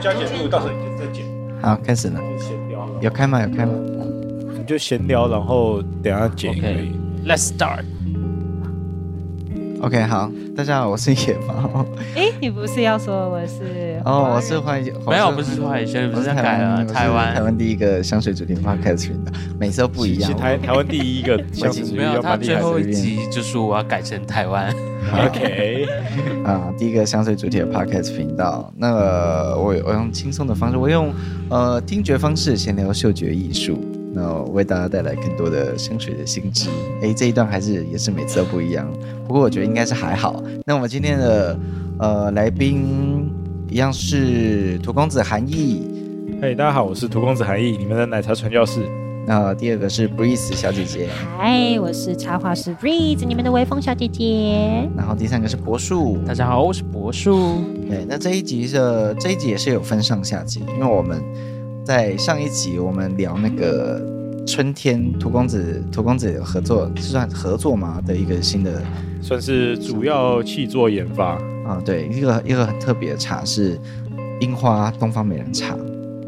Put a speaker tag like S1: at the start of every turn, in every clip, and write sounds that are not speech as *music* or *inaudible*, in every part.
S1: 加减录，到时候你就再剪，
S2: 好，开始了，
S1: 就闲聊。
S2: 有开吗？有开吗？
S1: 你就闲聊，然后等下剪也可以。
S3: Let's start。
S2: OK，好，大家好，我是野猫。 *laughs*
S4: 哎，你不是要说我是？
S2: 哦，我是欢迎，
S3: 没有，不是坏学，不
S2: 我
S3: 是
S2: 是
S3: 改
S2: 台
S3: 了
S2: 湾，我
S3: 台
S2: 是台
S3: 湾。
S2: 湾第一个香水主题 podcast 频道，每次都不一
S1: 其
S2: 样
S1: 实。台台湾第一个相声
S3: 没有，
S1: 要
S3: 他
S1: 蛮厉
S3: 最
S1: 害
S3: 后
S1: 的。
S3: 一集就说我要改成台湾。 *laughs*
S1: OK，
S2: 啊、第一个香水主题的 podcast 频道。那呃我我用轻松的方式，我用呃听觉方式闲聊嗅觉艺术，那我为大家带来更多的香水的新知。诶，这一段还是也是每次都不一样，不过我觉得应该是还好。那我们今天的呃来宾一样是涂公子韩毅，
S1: 嘿，大家好，我是涂公子韩毅，你们的奶茶传教士。
S2: 那、第二个是 Breeze 小姐姐，
S4: 嗨，我是插画师 Breeze，你们的微风小姐姐。
S2: 然后第三个是柏树。
S3: 大家好，我是柏树。
S2: 对，那这一集是这一集也是有分上下集，因为我们在上一集我们聊那个春天涂公子涂公子有合作是算合作吗的一个新的
S1: 算是主要气作研发，
S2: 啊，对，一个一个很特别的茶是樱花东方美人茶，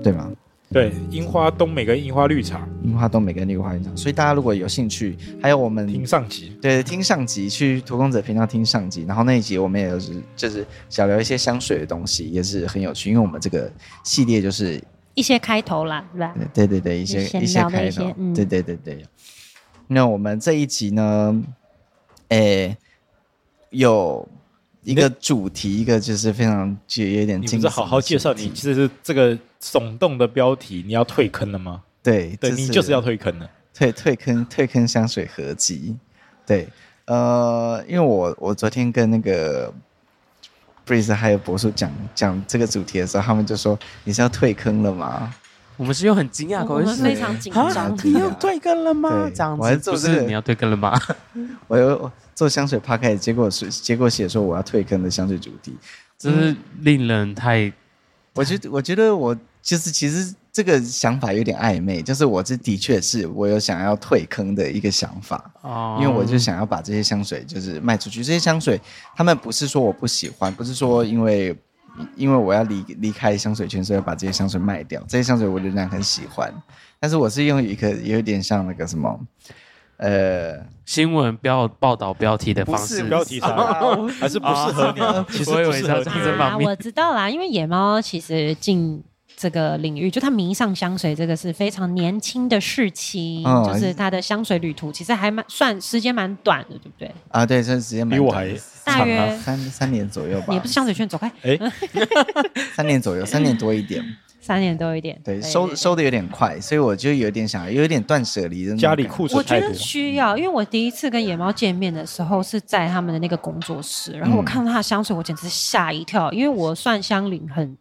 S2: 对吗？
S1: 对，樱花东美跟樱花绿茶，
S2: 樱花东美跟绿花园茶，所以大家如果有兴趣，还有我们
S1: 听上集。
S2: 对，听上集去涂公子的频道听上集，然后那一集我们也有是就是小聊一些香水的东西，也是很有趣，因为我们这个系列就是
S4: 一些开头啦，是吧？
S2: 对对对，一些
S4: 闲
S2: 一些
S4: 聊的
S2: 开
S4: 一些
S2: 头，
S4: 嗯
S2: 对对对对。那我们这一集呢，诶，有一个主题，一个就是非常具有一点
S1: 你
S2: 惊
S1: 不是
S2: 悚的
S1: 好好介绍
S2: 主
S1: 你
S2: 题
S1: 这是这个耸动的标题，你要退坑了吗？
S2: 对
S1: 对
S2: 这
S1: 你就是要退坑了。
S2: 退退坑退坑香水合集，对，呃，因为我我昨天跟那个 Breeze 还有博叔讲讲这个主题的时候，他们就说你是要退坑了吗？
S3: 我们是用很惊讶的
S4: 我
S3: 口
S4: 们
S3: 气，
S4: 非常紧
S3: 啊
S4: 张，
S3: 你要退更了吗？
S2: 对
S3: 这样
S2: 我还
S3: 子
S2: 做
S3: 不
S2: 这
S3: 是
S2: 个
S3: 你要退更了吗？
S2: 我有我做香水 p a c k e 结果是结果写说我要退坑的香水主题，
S3: *laughs* 真
S1: 嗯
S3: 是令人太……
S2: 我觉得我觉得我就是其实这个想法有点暧昧，就是我这的确是我有想要退坑的一个想法，
S3: 哦
S2: 因为我就想要把这些香水就是卖出去。这些香水，他们不是说我不喜欢，不是说因为因为我要离离开香水圈，所以要把这些香水卖掉。这些香水我仍然很喜欢，但是我是用一个有点像那个什么，呃，
S3: 新闻标报道标题的
S2: 不
S3: 方
S2: 是
S3: 式，
S1: 标题
S2: 啊
S1: 杀人还是不适合你，啊其实
S3: 我以
S1: 不
S3: 为
S1: 适
S3: 是要
S1: 合
S3: 这
S1: 你。
S3: 这方
S4: 啊，
S3: 面
S4: 我知道啦，因为野猫其实进。这个领域，就它迷上香水，这个是非常年轻的事情，
S2: 嗯
S4: 就是它的香水旅途其实还蛮算时间蛮短的，对不对？
S2: 啊，对，这时间蛮
S1: 比我
S2: 短的
S1: 还啊
S4: 大约
S2: *laughs* 三三年左右吧
S4: 也，不是香水圈走开，
S2: 三年左右，三年多一
S4: *laughs*
S2: 点。
S4: 三年多一点。
S2: 对，收收的有点快，所以我就有点想，有点断舍离的那种
S1: 家里
S2: 感觉
S1: 库存
S4: 我
S1: 太
S4: 觉
S1: 多
S4: 得，需要，因为我第一次跟野猫见面的时候是在他们的那个工作室，然后我
S2: 嗯
S4: 看到他的香水，我简直吓一跳，因为我算香龄很，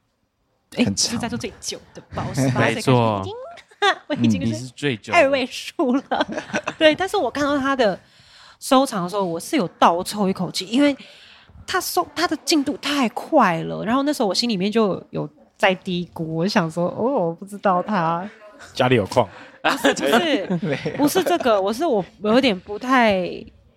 S4: 哎，
S2: 很
S4: 我是
S2: 长
S4: 在做最久 *laughs* 的吧，我十八岁
S3: 没
S4: 开始
S3: 错嗯
S4: 已 *laughs* 经，我已经
S3: 你
S4: 是
S3: 是最久的
S4: 二位数了，对，但是我看到他的收藏的时候，我是有倒抽一口气，因为他收他的进度太快了，然后那时候我心里面就有在低估，我想说，哦，我不知道他，
S1: 家里有矿，
S4: 就是。不是这个，我是我我有点不太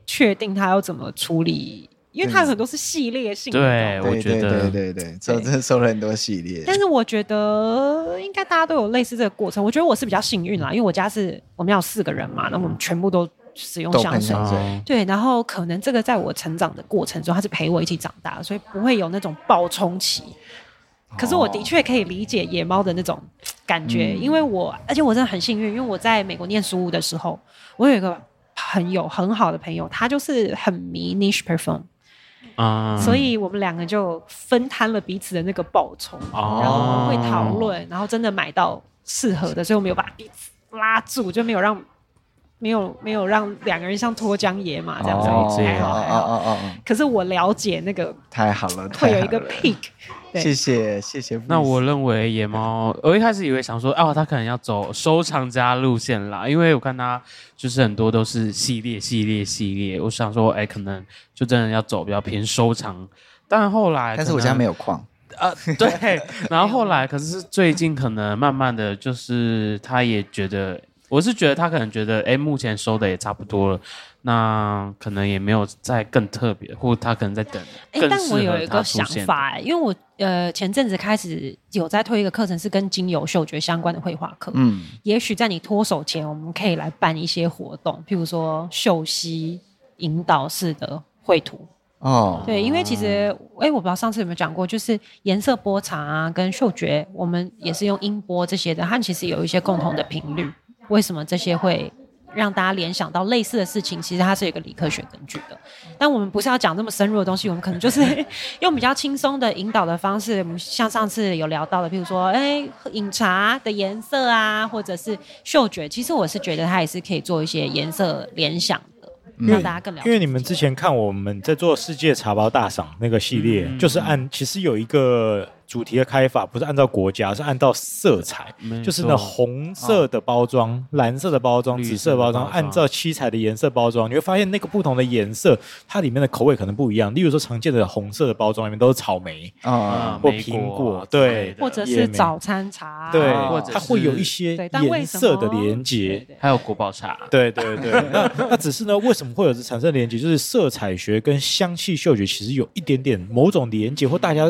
S4: 确定他要怎么处理，因为他很多是系列性的。
S3: 对
S2: 对
S3: 我觉
S2: 对
S3: 得
S2: 对对对，收真的收了很多系列
S4: 但。是我觉得应该大家都有类似这个过程。我觉得我是比较幸运啦，因为我家是我们家有四个人嘛，那我们全部都使用
S2: 豆
S4: 香
S2: 瓣
S4: 水。
S2: 香水，
S3: 哦
S4: 对，然后可能这个在我成长的过程中，他是陪我一起长大的，所以不会有那种爆冲期。可是我的确可以理解野猫的那种感觉，因为我而且我真的很幸运，因为我在美国念书的时候，我有一个朋友很好的朋友，他就是很迷 niche perfume，、
S3: 啊
S4: 所以我们两个就分摊了彼此的那个爆冲，
S3: 哦
S4: 然后我们会讨论，然后真的买到适合的，所以我们有把彼此拉住，就没有让没有没有让两个人像脱缰野马这样子，
S3: 哦
S4: 还好
S2: 哦
S4: 还好。
S2: 哦哦哦，
S4: 可是我了解那个
S2: 太好了，
S4: 会有
S3: *laughs*
S4: 一个
S2: 太好了
S4: peak，对
S2: 谢谢谢谢。
S3: 那我认为野猫，我一开始以为想说，哦，他可能要走收藏家路线啦，因为我看他就是很多都是系列、系列、系列。我想说，哎，可能就真的要走比较偏收藏。但后来，
S2: 但是我家没
S3: 有
S2: 有矿，
S3: 啊，对。然后后来，可是最近可能慢慢的就是他也觉得，我是觉得他可能觉得，哎、目前收的也差不多了，那可能也没有再更特别，或他可能在等
S4: 哎、
S3: 更
S4: 但
S3: 适
S4: 我
S3: 合
S4: 有一
S3: 他
S4: 个
S3: 出
S4: 想
S3: 现的
S4: 法、因为我呃前阵子开始有在推一个课程，是跟精油嗅觉相关的绘画课。
S2: 嗯，
S4: 也许在你脱手前，我们可以来办一些活动，譬如说嗅息引导式的绘图。
S2: 哦，
S4: 对，因为其实哎、我不知道上次有没有讲过，就是颜色波长啊，跟嗅觉，我们也是用音波这些的，它其实有一些共同的频率。为什么这些会让大家联想到类似的事情？其实它是有一个理科学根据的。但我们不是要讲那么深入的东西，我们可能就是 *laughs* 用比较轻松的引导的方式，我们像上次有聊到的，譬如说，哎，饮茶的颜色啊，或者是嗅觉，其实我是觉得它也是可以做一些颜色联想的，让大家更了解。
S1: 因为你们之前看我们在做世界茶包大赏那个系列，
S3: 嗯
S1: 就是按其实有一个主题的开法，不是按照国家，是按照色彩
S3: 没，错啊
S1: 就是那红色的包装、蓝色的包装、
S3: 绿色的
S1: 紫色的包装，
S3: 包装
S1: 按照七彩的颜色包装，你会发现那个不同的颜色，它里面的口味可能不一样。例如说常见的红色的包装里面都是草莓，
S2: 哦
S3: 啊，
S1: 或
S3: 美
S1: 苹
S3: 国
S1: 果
S3: 之
S1: 对
S3: 类的
S4: 或者
S1: 也
S4: 是
S1: 没
S4: 早餐茶，啊
S1: 对，
S2: 或者
S1: 它会有一
S3: 是
S1: 些
S4: 对，但为
S1: 颜
S4: 什么
S1: 色的连接。
S4: 对对
S3: 还有国宝茶，
S1: 对对对， *laughs* 那那只是呢，为什么会有产生连接？就是色彩学跟香气嗅觉其实有一点点某种连接，或大家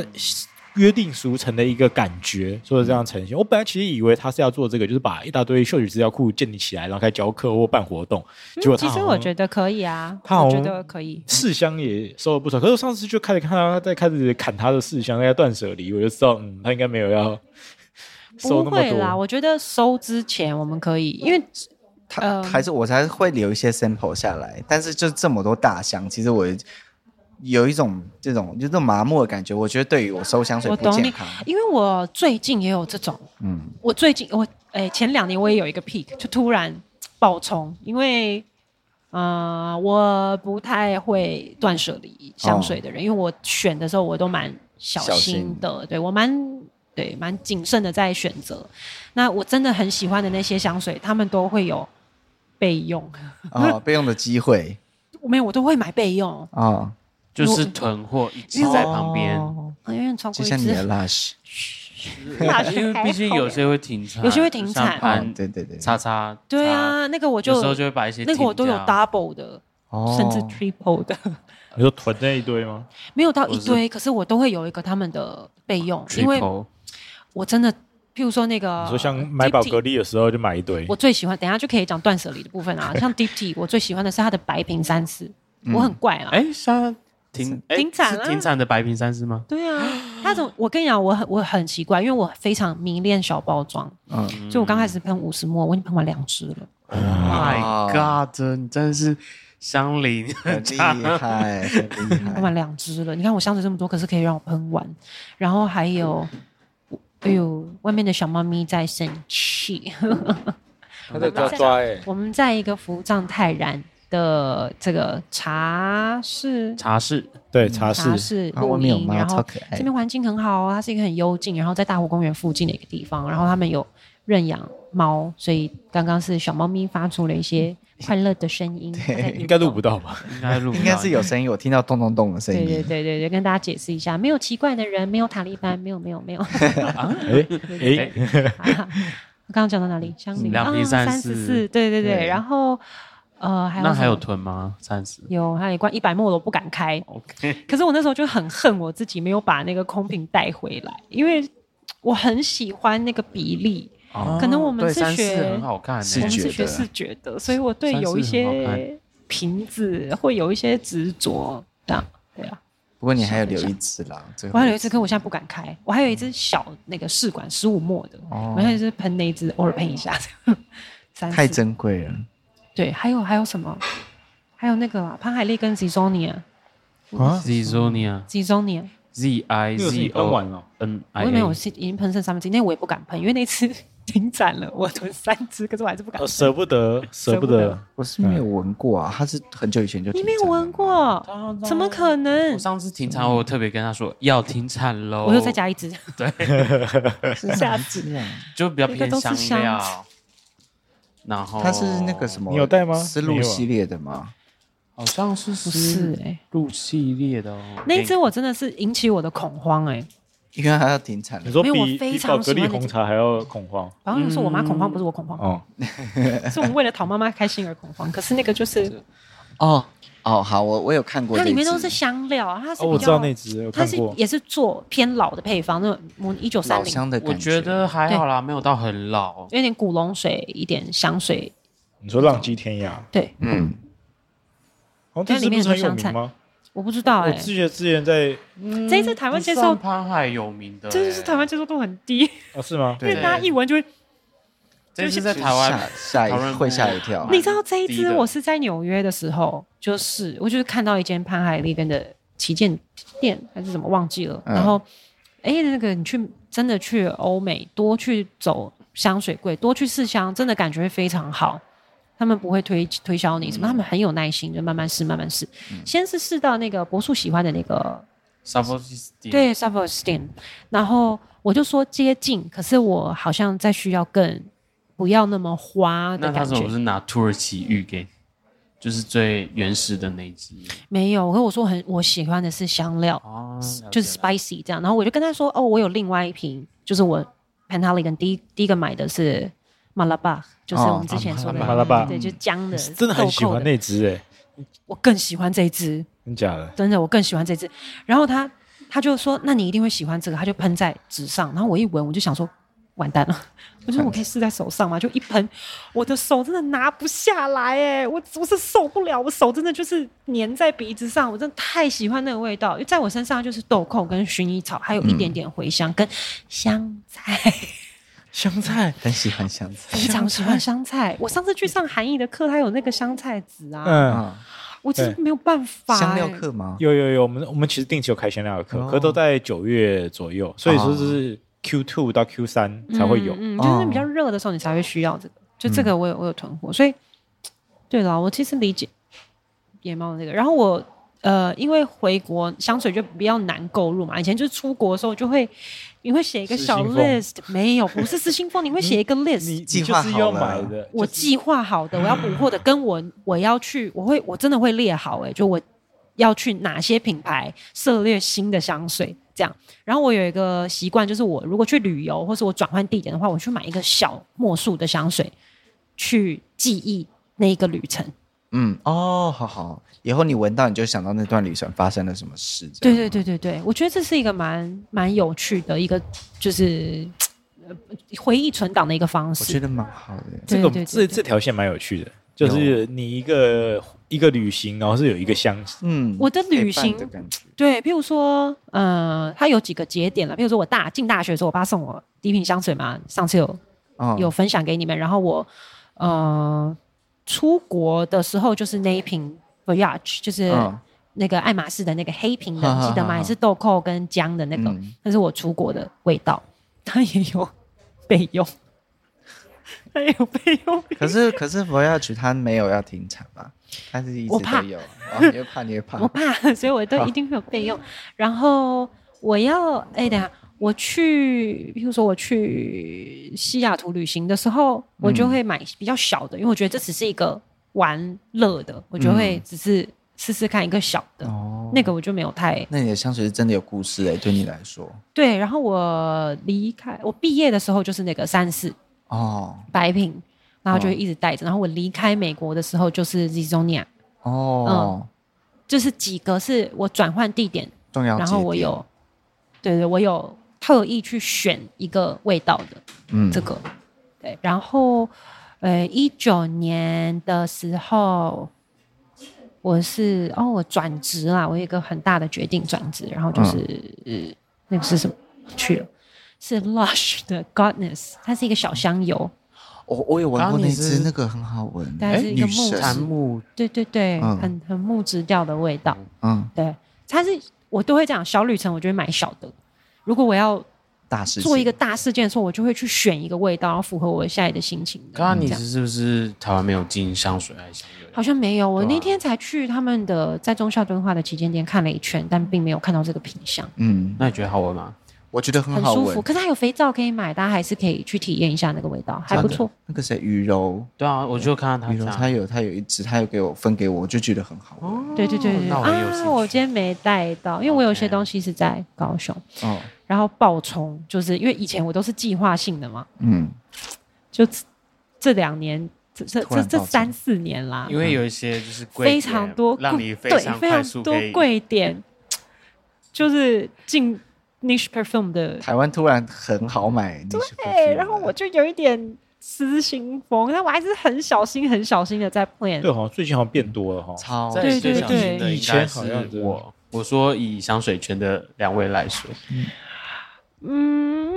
S1: 约定俗成的一个感觉，所以这样呈现。我本来其实以为他是要做这个，就是把一大堆嗅觉资料库建立起来，然后开始教课或办活动。结果
S4: 嗯其实我觉得可以啊，
S1: 他好
S4: 我
S1: 像
S4: 觉得可以。
S1: 试香也收的不少，可是我上次就开始看他在开始砍他的试香，在断舍离，我就知道，嗯，他应该没有要收那么
S4: 不会啦，
S1: 多。
S4: 我觉得收之前我们可以，因为
S2: 他
S4: 嗯
S2: 还是我才会留一些 sample 下来，但是就这么多大箱，其实我有一种这种就是麻木的感觉，我觉得对于我收香水
S4: 我
S2: 不
S4: 懂
S2: 健
S4: 你
S2: 康。，
S4: 因为我最近也有这种，
S2: 嗯，
S4: 我最近我哎、前两年我也有一个 peak，就突然爆冲，因为。呃，我不太会断舍离香
S1: 哦
S4: 水的人，因为我选的时候我都蛮小
S2: 小
S4: 心
S2: 心
S4: 的，对我蛮对蛮谨慎的在选择。那我真的很喜欢的那些香水，他们都会有备用，
S2: 哦，备用的机会
S4: 没有我都会买备用，
S2: 哦，
S3: 就是囤货一直在旁边，
S2: 哦
S4: 因为超
S2: 就
S4: 过一
S2: 像你的
S4: 支， *laughs*
S2: Lush，
S4: 大学
S3: 因为
S4: 还
S3: 毕竟
S4: 好
S3: 有些会停产，
S4: 有些会停
S3: 就像
S4: 产
S2: 哦
S3: 盘
S2: 对对对，
S3: 叉叉，
S4: 对，啊，那个我
S3: 有
S4: 就
S3: 时候就会把一些
S4: 那个我都有
S3: 停掉
S4: double 的，
S2: 哦
S4: 甚至 triple 的， *laughs*
S1: 你说囤那一堆吗？
S4: 没有到
S3: 我
S4: 一
S3: 是
S4: 堆，可是我都会有一个他们的备用，因为
S3: triple
S4: 我真的，譬如说那个，
S1: 你说像买宝格丽的时候就买一堆
S4: Deep Tea，，我最喜欢，等一下就可以讲断舍离的部
S3: *laughs*
S4: 分啊，像 Deep Tea，我最喜欢的是它的白瓶三四，我很怪啊啦，
S3: 哎，现在停哎
S4: 停产
S3: 是
S4: 啦
S3: 停产的白瓶山是吗？
S4: 对啊，它总我跟你讲，我很我很奇怪，因为我非常迷恋小包装，
S2: 嗯
S4: 所以我刚开始喷五十沫，我已经喷完两支了。
S3: My God，你真的是香菱，
S2: *laughs*
S4: *laughs*
S2: 很厉害，很厉
S4: 喷
S2: 害。
S4: 完两支了。你看我箱子这么多，可是可以让我喷完。然后还有，哎呦，外面的小猫咪在生气。 *laughs*
S1: 他在抓抓哎、
S4: 我们在一个福藏泰然的这个茶室。
S3: 茶室
S1: 对，茶室
S4: 嗯茶室
S2: 啊
S4: 露
S2: 外面有
S4: 营，
S2: 猫
S4: 然后
S2: 超可爱
S4: 这边环境很好啊，它是一个很幽静，然后在大湖公园附近的一个地方，然后他们有认养猫，所以刚刚是小猫咪发出了一些快乐的声音，它在
S1: 应该录不到吧？
S3: 应该录不到，
S2: 应该是有声音，我听到咚咚咚的声
S4: 对
S2: 音。
S4: 对对对对，跟大家解释一下，没有奇怪的人，没有塔利班，没有没有没有。 *laughs*
S1: 哎哎，
S4: 啊我刚刚讲到哪里？香菱哦
S3: 两瓶
S4: 三
S3: 三
S4: 十
S3: 四
S4: 四，对对对。
S2: 对
S4: 然后呃，还有
S3: 那
S4: 什
S3: 还有
S4: 么
S3: 囤吗？暂时
S4: 有还有一罐一百沫我不敢开，
S3: OK，
S4: 可是我那时候就很恨我自己没有把那个空瓶带回来，因为我很喜欢那个比例，可能我们
S3: 哦对
S4: 是
S3: 三四
S4: 学
S3: 很好看
S2: 视
S3: 欸，
S4: 我们
S2: 觉
S4: 是学
S2: 的
S4: 视觉的，所以我对
S3: 三
S4: 有
S3: 四
S4: 一
S3: 很好看
S4: 些瓶子会有一些执着，这样对啊。
S2: 不过你还有留一只啦，最后
S4: 我还有一只，可我现在不敢开。我还有一只小那个试管十五沫的，
S2: 哦
S4: 我现在就是喷那一只，偶尔喷一下。 *laughs* 三
S2: 太
S4: 四
S2: 珍贵了。
S4: 对，还有还有什么？还有那个啊，潘海利跟 Zizonia，Zizonia，
S1: 啊，
S3: Zizonia Z I
S1: 那个是哦你
S3: Z
S1: 喷
S3: O
S1: 完了
S3: N
S4: 我
S3: I
S4: 也没有，我
S3: A，
S4: 是已经喷剩三分之一，那我也不敢喷，因为那次 *laughs* 停产了，我囤三只，可是我还是不敢
S1: 呃
S4: 喷。
S1: 舍不得，舍不
S4: 舍不
S1: 得
S4: 得。
S2: 我是
S1: 嗯
S2: 没有闻过啊，它是很久以前就
S4: 你
S2: 停
S4: 没有
S2: 产了
S4: 闻过？怎么可能
S3: 我？上次停产，我有特别跟他说要停产喽，
S4: 嗯我又再加一只，
S2: *laughs* 是
S4: 下
S2: 次啊？
S3: 就比较偏
S4: 那个都是
S3: 香
S4: 香
S3: 料，然后
S4: 哦
S2: 它是那个什么？
S1: 你有啊带吗
S2: 丝路系列的吗？
S3: 好像是
S4: 不是哎、
S3: 录系列的哦，
S4: 那一只我真的是引起我的恐慌哎、
S2: 因为它要停产
S1: 你
S2: 了。
S1: 说
S4: 没有我
S1: 比
S4: 非
S1: 比宝
S4: 常
S1: 格
S4: 喜
S1: 丽
S4: 欢
S1: 红
S4: 那
S1: 茶还要恐慌
S4: 然后是我妈恐慌，不是我恐慌，
S1: 哦。
S4: 是我们为了讨妈妈开心而恐慌。可是那个就是
S2: 哦哦，好，我我有看过这
S4: 它
S2: 一集，
S4: 里面都是香料，啊它是
S1: 哦，我
S4: 比
S1: 知道
S4: 较，
S1: 那只，我
S4: 它
S1: 看
S4: 是
S1: 过。
S4: 也是做偏老的配方，那种我们一九三
S2: 老
S4: 零
S2: 乡的感
S3: 我觉得还好啦，没有到很老。
S4: 有点古龙水，一点香水，
S1: 你说浪迹天涯，
S4: 对，
S2: 嗯，
S1: 哦，这
S4: 那
S1: 只
S4: 里
S1: 不
S4: 面
S1: 是很
S4: 有
S1: 有
S4: 香
S1: 名
S4: 菜
S1: 吗？
S4: 我不知道
S1: 我
S4: 哎、
S1: 之前之前在
S4: 这一次台湾
S3: 不
S4: 接
S3: 算
S4: 受，
S3: 潘海有名的欸，
S4: 这就是台湾接受度很低，
S1: 哦是吗？
S4: 因
S2: 对
S4: 为大家一闻就会。
S3: 这是在台湾
S2: 吓吓
S3: 讨
S2: 一
S3: 论
S2: 会吓一跳啊
S3: 蛮
S4: 你知道这一
S3: 低
S4: 支
S3: 的
S4: 我是在纽约的时候，就是我就是看到一间潘海利根的旗舰店还是什么忘记了，
S2: 嗯
S4: 然后哎、那个你去真的去欧美多去走香水柜，多去试香，真的感觉会非常好。他们不会推推销你什么，他们很有耐心，就慢慢试，慢慢试。先是试到那个柏树喜欢的那个
S3: s a v o i
S4: 对 s u f f e r s t e n 然后我就说接近，可是我好像在需要更不要那么花的
S3: 那他
S4: 感
S3: 是
S4: 觉。
S3: 不是拿土耳其浴给，就是最原始的那一集
S4: 没有，跟我说很我喜欢的是香料，
S3: 哦，
S4: 啊就
S3: 了
S4: 是
S3: 解了
S4: spicy 这样。然后我就跟他说，哦，我有另外一瓶，就是我 Pantaleon 第一第一个买的是 Malabar，就是
S2: 哦
S4: 我们之前说的、
S1: 啊，Malabar
S4: 对，就是姜的，
S1: 真的很喜
S4: 豆
S1: 欢
S4: 蔻的。
S1: 那只哎，
S4: 我更喜欢这一支，
S1: 真假的？
S4: 真的，我更喜欢这支。然后他他就说，那你一定会喜欢这个，他就喷在纸上。然后我一闻，我就想说。完蛋了！ *laughs* 我觉得我可以试在手上嘛，就一喷，我的手真的拿不下来哎，我我是受不了，我手真的就是粘在鼻子上，我真的太喜欢那个味道，因为在我身上就是豆蔻跟薰衣草，还有一点点茴香跟香菜，
S1: 香菜，
S2: 很喜欢香菜。
S4: 非常喜欢香菜。我上次去上韩艺的课，他有那个香菜籽啊，
S1: 嗯，
S2: 啊，
S4: 我真的没有办法哎。
S2: 香料课吗？
S1: 有有有，我们我们其实定期有开香料的课，
S2: 哦
S1: 可都在九月左右，所以说就是 Q two 到 Q 三才会有。
S4: 哦
S1: 嗯
S4: 嗯，嗯
S2: 哦
S4: 就是比较热的时候你才会需要这个。就这个我有我有囤货，所以对了，我其实理解野猫的那个。然后我呃，因为回国香水就比较难购入嘛，以前就是出国的时候就会你会写一个
S1: 失
S4: 小
S1: 心疯
S4: list，没有不是私信风，你会写一个 list。
S1: 你你
S2: 计
S1: 就
S2: 划
S1: 是
S2: 好
S1: 要
S2: 了
S1: 买的，
S4: 我
S1: 就是
S4: 计划好的，我要补货的，跟我我要去，我会我真的会列好、欸，就我要去哪些品牌涉猎新的香水这样。然后我有一个习惯，就是我如果去旅游或是我转换地点的话，我去买一个小墨数的香水去记忆那一个旅程。
S2: 嗯，哦，好好，以后你闻到你就想到那段旅程发生了什么事。这
S4: 对
S2: 样
S4: 对对对对，我觉得这是一个蛮蛮有趣的一个就是呃回忆存档的一个方
S2: 我觉
S4: 式。
S2: 得蛮好的。
S1: 这
S4: 对
S1: 个
S4: 对对
S1: 这
S4: 对
S1: 这条线蛮有趣的，就是你一个一个旅行，然后是有一个香
S2: 嗯，
S4: 我的旅行
S2: 陪伴的感觉，
S4: 对，譬如说，呃，它有几个节点了。譬如说我大进大学的时候，我爸送我第一瓶香水嘛，上次有
S2: 哦
S4: 有分享给你们。然后我，呃，出国的时候就是那一瓶 Voyage，就是
S2: 嗯
S4: 那个爱马仕的那个黑瓶的，
S2: 哈哈
S4: 你记得
S2: 哈
S4: 吗？
S2: 哈
S4: 也是豆蔻跟姜的那个，
S2: 嗯
S4: 那是我出国的味道，它也有备用，它也有备用。
S2: 可是可是 Voyage 它没有要停产吧？它是一直
S4: 我怕
S2: 都有，哦你会怕你会怕
S4: 我。怕， *laughs* 所以我都一定会有备用。然后我要，哎，等一下，我去，比如说我去西雅图旅行的时候，我就会买比较小的，因为我觉得这只是一个玩乐的，我就会只是试试看一个小的。
S2: 哦
S4: 那个我就没有太
S2: 那你的香水是真的有故事哎，对你来说
S4: 对，然后我离开我毕业的时候就是那个三四
S2: 哦
S4: 白瓶，然后就会一直带着。然后我离开美国的时候就是 Zizonia，嗯
S2: 哦，
S4: 就是几个是我转换地点
S2: 重要。
S4: 然后我，有，对对，我有特意去选一个味道的
S2: 嗯，
S4: 这个，对，然后呃，一九年的时候，我是哦，我转职啦，我有一个很大的决定转职，然后就是、
S2: 嗯
S4: 呃那个是什么去了。是 Lush 的 Godness，它是一个小香油，
S2: 我我有闻过那
S3: 刚刚你
S2: 只，
S3: 是
S2: 那个很好闻，哎
S4: 大概是一个
S2: 女
S4: 木
S2: 神
S3: 檀木
S4: 对对对，
S2: 嗯
S4: 很很木质调的味道。
S2: 嗯，
S4: 对，它是我都会这样，小旅程我就会买小的。如果我要
S2: 大师
S4: 做一个大事件的时候，我就会去选一个味道，然后符合我现在的心情的。
S3: 刚刚你
S4: 这样
S3: 是是不是台湾没有进香水还是香油？
S4: 好像没有，我
S3: 对啊
S4: 那天才去他们的在中孝敦化的旗舰店看了一圈，但并没有看到这个品相，
S2: 嗯，
S3: 那你觉得好闻吗？
S2: 我觉得很
S4: 很
S2: 好
S4: 舒
S2: 闻
S4: 服。，可是它有肥皂可以买，大家还是可以去体验一下那个味道，还
S2: 真
S4: 不
S2: 的
S4: 错。。
S2: 那个谁，雨柔，
S3: 对啊，我就看到他
S2: 雨柔
S3: 这
S2: 她
S3: 样。
S2: 有她有一只，她有给我分给我，我就觉得很好
S3: 哦
S2: 闻。
S4: 对对对对
S3: 那我也有兴
S4: 啊！
S3: 趣
S4: 我今天没带到，因为我有些
S3: OK
S4: 东西是在高雄。
S2: 哦，
S4: 然后爆冲，就是因为以前我都是计划性的嘛，
S2: 嗯，
S4: 就这这两年，这这
S2: 突
S4: 这
S2: 然
S4: 这
S2: 爆冲
S4: 三四年啦，
S3: 因为有一些就是贵
S4: 非
S3: 点
S4: 常多
S3: 让
S4: 贵
S3: 你
S4: 对
S3: 常
S4: 非
S3: 快
S4: 常
S3: 速
S4: 多
S3: 可以
S4: 贵点，就是进 niche perfume 的
S2: 台湾突然很好买，
S4: 对，然后我就有一点失心疯，但我还是很小心、很小心的在 plan。
S1: 对，好像最近好像变多了哈。
S2: 超
S3: 在
S4: 对
S3: 最
S4: 对
S3: 小
S4: 对
S3: 心的
S1: 以
S3: 应该
S1: 前
S3: 是
S1: 好像对
S3: 我。我说以香水圈的两位来说，
S4: 嗯，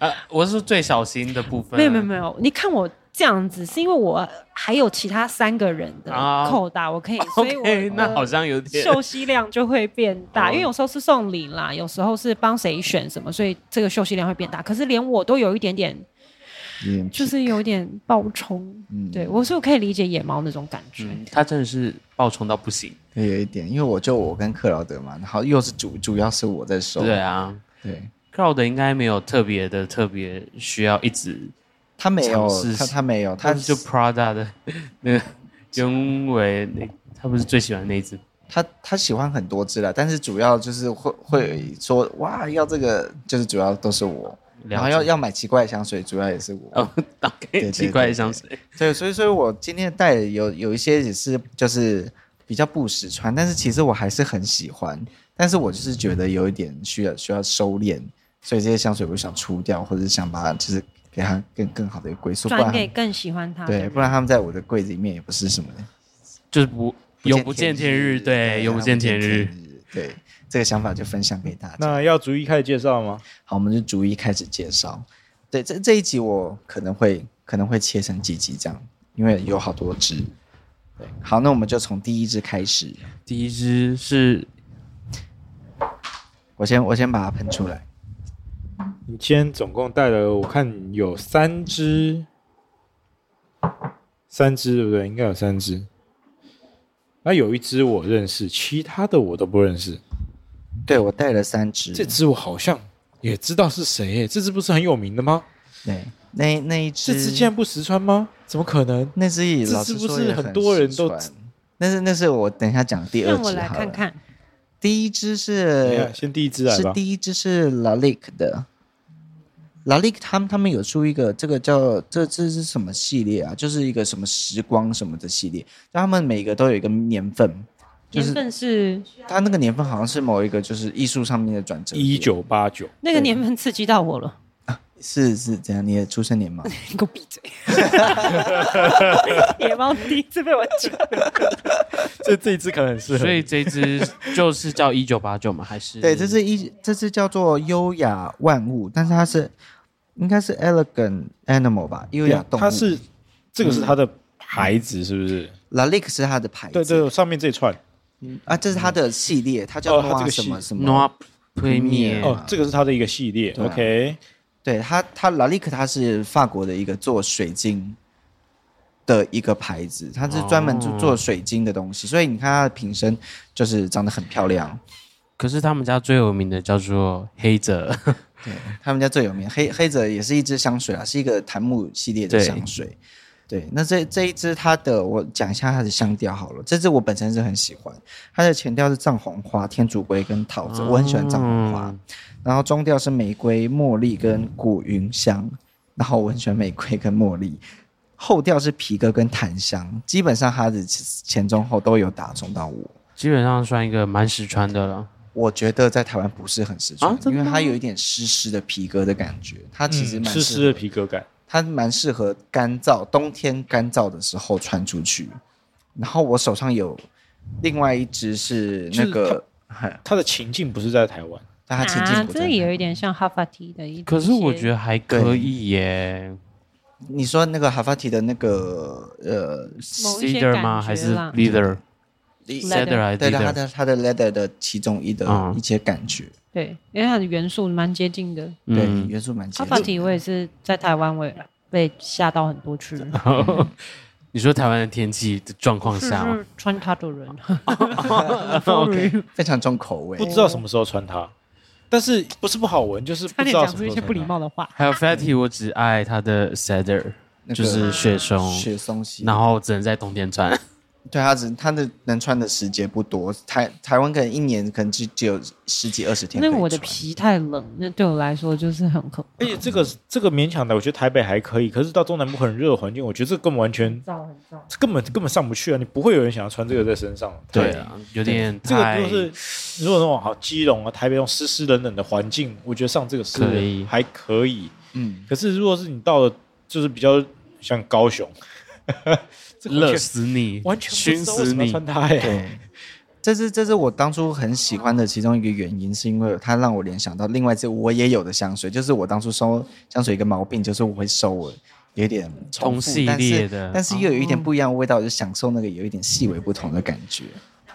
S3: 呃，我是说最小心的部分。
S4: 没有没有没有，你看我这样子，是因为我还有其他三个人的
S3: 啊
S4: 扣打，我可以，所以我呃
S3: OK，那
S4: 的
S3: 好像有点
S4: 嗅息量就会变大，
S3: 哦
S4: 因为有时候是送礼啦，有时候是帮谁选什么，所以这个嗅息量会变大。可是连我都有一点点，就是有一点爆冲。
S2: 嗯
S4: 对我是我可以理解野猫那种感觉。
S3: 嗯，他真的是爆冲到不行。
S2: 对有一点，因为我就我跟克劳德嘛，然后又是主主要是我在收，
S3: 对啊
S2: 对，
S3: ，Crowd 应该没有特别的特别需要一直，
S2: 他没有
S3: 尝试
S2: 他他没有，他
S3: 他就 Prada 的 *laughs* 那
S2: *laughs*
S3: 个因为那他不是最喜欢那一只，
S2: 他他喜欢很多只了，但是主要就是会
S3: 嗯
S2: 会说哇要这个，就是主要都是我，然
S3: *laughs*
S2: 后要
S3: 了解
S2: 要买奇怪的香水，主要也是我，
S3: 哦，打
S2: 对
S3: 开奇怪的香水，
S2: 对，所以所以我今天带的有有一些也是就是比较不实穿，但是其实我还是很喜欢，但是我就是觉得有一点需要需要收敛，所以这些香水我想出掉，或者是想把它就是给它更更好的一个归宿，不
S4: 转
S2: 然
S4: 给更喜欢他的
S2: 对，
S4: 人，
S2: 不然他们在我的柜子里面也不是什么
S3: 就是不永不见天日，对，永不见天日。，
S2: 对，这个想法就分享给大家。
S1: 那要逐一开始介绍吗？
S2: 好，我们就逐一开始介绍。对，这这一集我可能会可能会切成几集这样，因为有好多支。对，好，那我们就从第一支开始。
S3: 第一只是
S2: 我先我先把它喷出来。
S1: 你今天总共带了，我看有三支，三支对不对？应该有三支。那有一支我认识，其他的我都不认识。
S2: 对我带了三支。
S1: 这支我好像也知道是谁耶，这支不是很有名的吗？
S2: 对，那那一
S1: 这
S2: 支
S1: 支竟然不实穿吗？怎么可能？
S2: 那支也
S1: 这
S2: 老
S1: 支
S2: 实
S1: 不
S2: 说
S1: 是
S2: 也
S1: 很
S2: 很
S1: 多人
S2: 实
S1: 都
S2: 穿。那是那是我等一下讲第二
S4: 让
S2: 支
S4: 我来
S2: 好
S4: 看
S2: 了
S4: 看。
S2: 第一支
S1: 等一下
S2: 是
S1: 先呃第一支来
S2: 是
S1: 吧。
S2: 第一支是 Lalique 的，Lalique 他们他们有出一个这个叫这这是什么系列啊？就是一个什么时光什么的系列，他们每个都有一个年份，就
S4: 年
S2: 是
S4: 份是
S2: 它那个年份好像是某一个就是艺术上面的转折点。
S1: 一九八九，
S4: 那个年份刺激到我
S2: *laughs*
S4: 了，
S2: 是是怎样？你的出生年吗？
S4: 你给我闭嘴！ *laughs* 野猫第一次被我讲，
S1: 这这一支可能很适
S3: 所以这
S4: *laughs*
S3: 只就是叫一九八九吗？还是
S2: 对，这是一这是叫做优雅万物，但是它是应该是 elegant animal 吧，优雅动物。嗯
S1: 它是这个是它的牌子是不是？
S2: Lalique 是它的牌子，
S1: 对对，上面这一串
S2: 啊，这是它的系列，它叫
S1: 哦它这
S2: Noir
S1: 个系
S2: 什么什么
S3: Noir
S2: 对
S3: Premier
S2: 啊
S1: 哦，这个是它的一个系列。
S2: 对啊
S1: OK，
S2: 对它，它 Lalique 它是法国的一个做水晶的一个牌子，它是专门做
S3: 哦
S2: 做水晶的东西，所以你看它的瓶身就是长得很漂亮。
S3: 可是他们家最有名的叫做黑泽，
S4: *laughs*
S2: 对，他们家最有名黑黑泽也是一支香水啊，是一个檀木系列的
S3: 对
S2: 香水。对，那这这一支它的，我讲一下它的香调好了。这支我本身是很喜欢，它的前调是藏红花、天竺葵跟桃子，我很喜欢藏红花。
S3: 嗯
S2: 然后中调是玫瑰、茉莉跟古云香，然后我很喜欢玫瑰跟茉莉。后调是皮革跟檀香，基本上它的前中后都有打中到我。
S3: 基本上算一个蛮实穿的了。
S2: 我觉得在台湾不是很实穿，
S3: 啊真
S2: 因
S3: 的
S2: 为
S3: 吗
S2: 它有一点湿湿的皮革的感觉，它其实
S1: 嗯
S2: 蛮
S1: 湿湿
S2: 合
S1: 的皮革感。
S2: 它蛮适合干燥，冬天干燥的时候穿出去。然后我手上有另外一只是那个，嗨
S1: 它的情境不是在台湾，
S2: 但它前进不在
S4: 啊这
S2: 那。
S4: 也有一点像哈法提的一。
S3: 可是我觉
S4: 得
S3: 得还可以耶
S2: 你说那个哈法提的那个呃，
S4: 某一些
S3: ，Cedar 吗？
S4: 感觉
S3: 还是
S4: 啦
S3: Leader？
S2: 一
S3: Leather 还是
S2: 对它
S3: Leader？
S2: 的它的 leather 的其中一的
S3: 嗯
S2: 一些感觉，
S4: 对，因为它的元素蛮接近的。
S2: 对
S4: *laughs*
S3: 嗯，
S2: 元素蛮接
S4: 哈法提
S2: 近的。
S4: 我也是在台湾，我也被吓到很多去，
S3: 你说台湾的天气的状况
S4: 是
S3: 下吗，
S4: 是穿它的人，
S2: 哦
S4: *laughs*
S2: 非常重口味
S1: 不。知道什么时候穿它，但是不是不好闻，就是
S4: 差
S1: 不知
S4: 点
S1: 道
S4: 讲
S1: 什
S4: 出
S1: 么
S4: 一
S1: 时候
S4: 些不礼
S1: 穿它。
S4: 貌的话。
S3: 还有 Fatty，我只爱它的 Cedar，
S2: 那个
S3: 就是雪松，
S2: 雪松系，
S3: 然后只能在冬天穿。
S2: 对他只他的能穿的时节不多，台台湾可能一年可能只只有十几二十天可
S4: 那
S2: 以穿。
S4: 我的皮太冷，那对我来说就是很可
S1: 而且这个这个勉强的，我觉得台北还可以，可是到中南部很热的环境，我觉得这根本完全
S4: 燥很燥。
S1: 这根本根本上不去啊！你不会有人想要穿这个在身上。
S3: 对啊，有点
S1: 这个
S3: 太哎
S1: 就是如果那种好基隆啊、台北那种湿湿冷冷的环境，我觉得上这个
S3: 可
S1: 是
S3: 以
S1: 还可以。
S2: 嗯，
S1: 可是如果是你到了就是比较像高雄， *laughs* 这个完
S3: 热
S1: 全
S3: 死你，
S1: 完全不
S3: 熏
S1: 知道为
S3: 死
S1: 什么要
S3: 你。
S1: 穿它哎、
S2: 对。这是这是我当初很喜欢的其中一个原因，是因为它让我联想到另外一支我也有的香水，就是我当初收香水有一个毛病，就是我会收我有一点重
S3: 同
S2: 复
S3: 系列的
S2: 但是但是又有一点不一样的味道，我就享受那个有一点细微不同的感觉。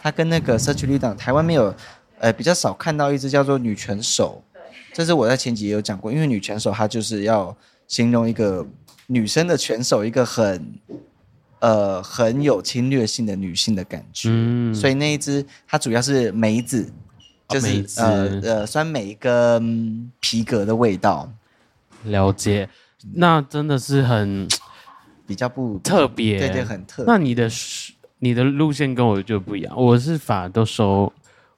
S2: 它跟那个社区绿党台湾没有，呃，比较少看到一支叫做女拳手，这是我在前集也有讲过，因为女拳手它就是要形容一个女生的拳手，一个很呃很有侵略性的女性的感觉。
S3: 嗯，
S2: 所
S3: 以
S2: 以那一只它主要是梅子，
S3: 啊
S2: 就是、
S3: 梅子
S2: 呃呃酸梅跟皮革的味道，
S3: 了解，那真的是很
S2: 比较不
S3: 特别，
S2: 对对，很特
S3: 那你的是你的路线跟我就不一样，我是反而都收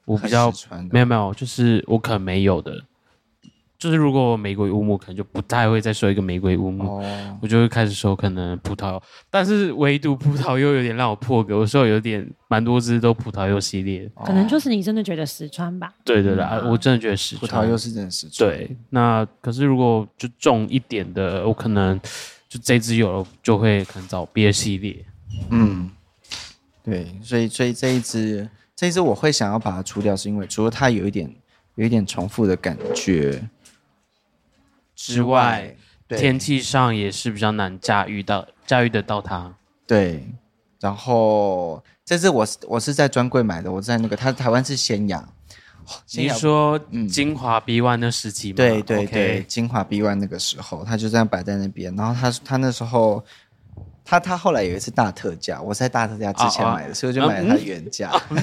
S3: 我比较
S2: 很实穿的
S3: 没有没有，就是我可能没有的，就是如果我玫瑰乌木，可能就不太会再收一个玫瑰乌木，
S2: 哦，
S3: 我就会开始收可能葡萄，但是唯独葡萄又有点让我破格，我收有点蛮多支都葡萄柚系列，
S4: 可能就是你真的觉得实穿吧，
S3: 对对对，啊我真的觉得是
S2: 嗯葡萄柚是真的是
S3: 对，那可是如果就重一点的，我可能就这支有了就会可能找别系列，
S2: 嗯，对，所以所以这一只这一只我会想要把它除掉，是因为除了它有一点有一点重复的感觉
S3: 之外。
S2: 对
S3: 天气上也是比较难驾驭到驾驭得到它。
S2: 对，然后这只我是我是在专柜买的，我在那个它台湾是仙雅，哦仙
S3: 你
S2: 雅
S3: 是说
S2: 嗯
S3: 精华 B one 的时期吗？
S2: 对对
S3: OK
S2: 对，，金华 B One 那个时候，他就这样摆在那边。然后他他那时候，他他后来有一次大特价，我是在大特价之前
S3: 哦哦
S2: 买的，所以我就买了它原价。
S3: 嗯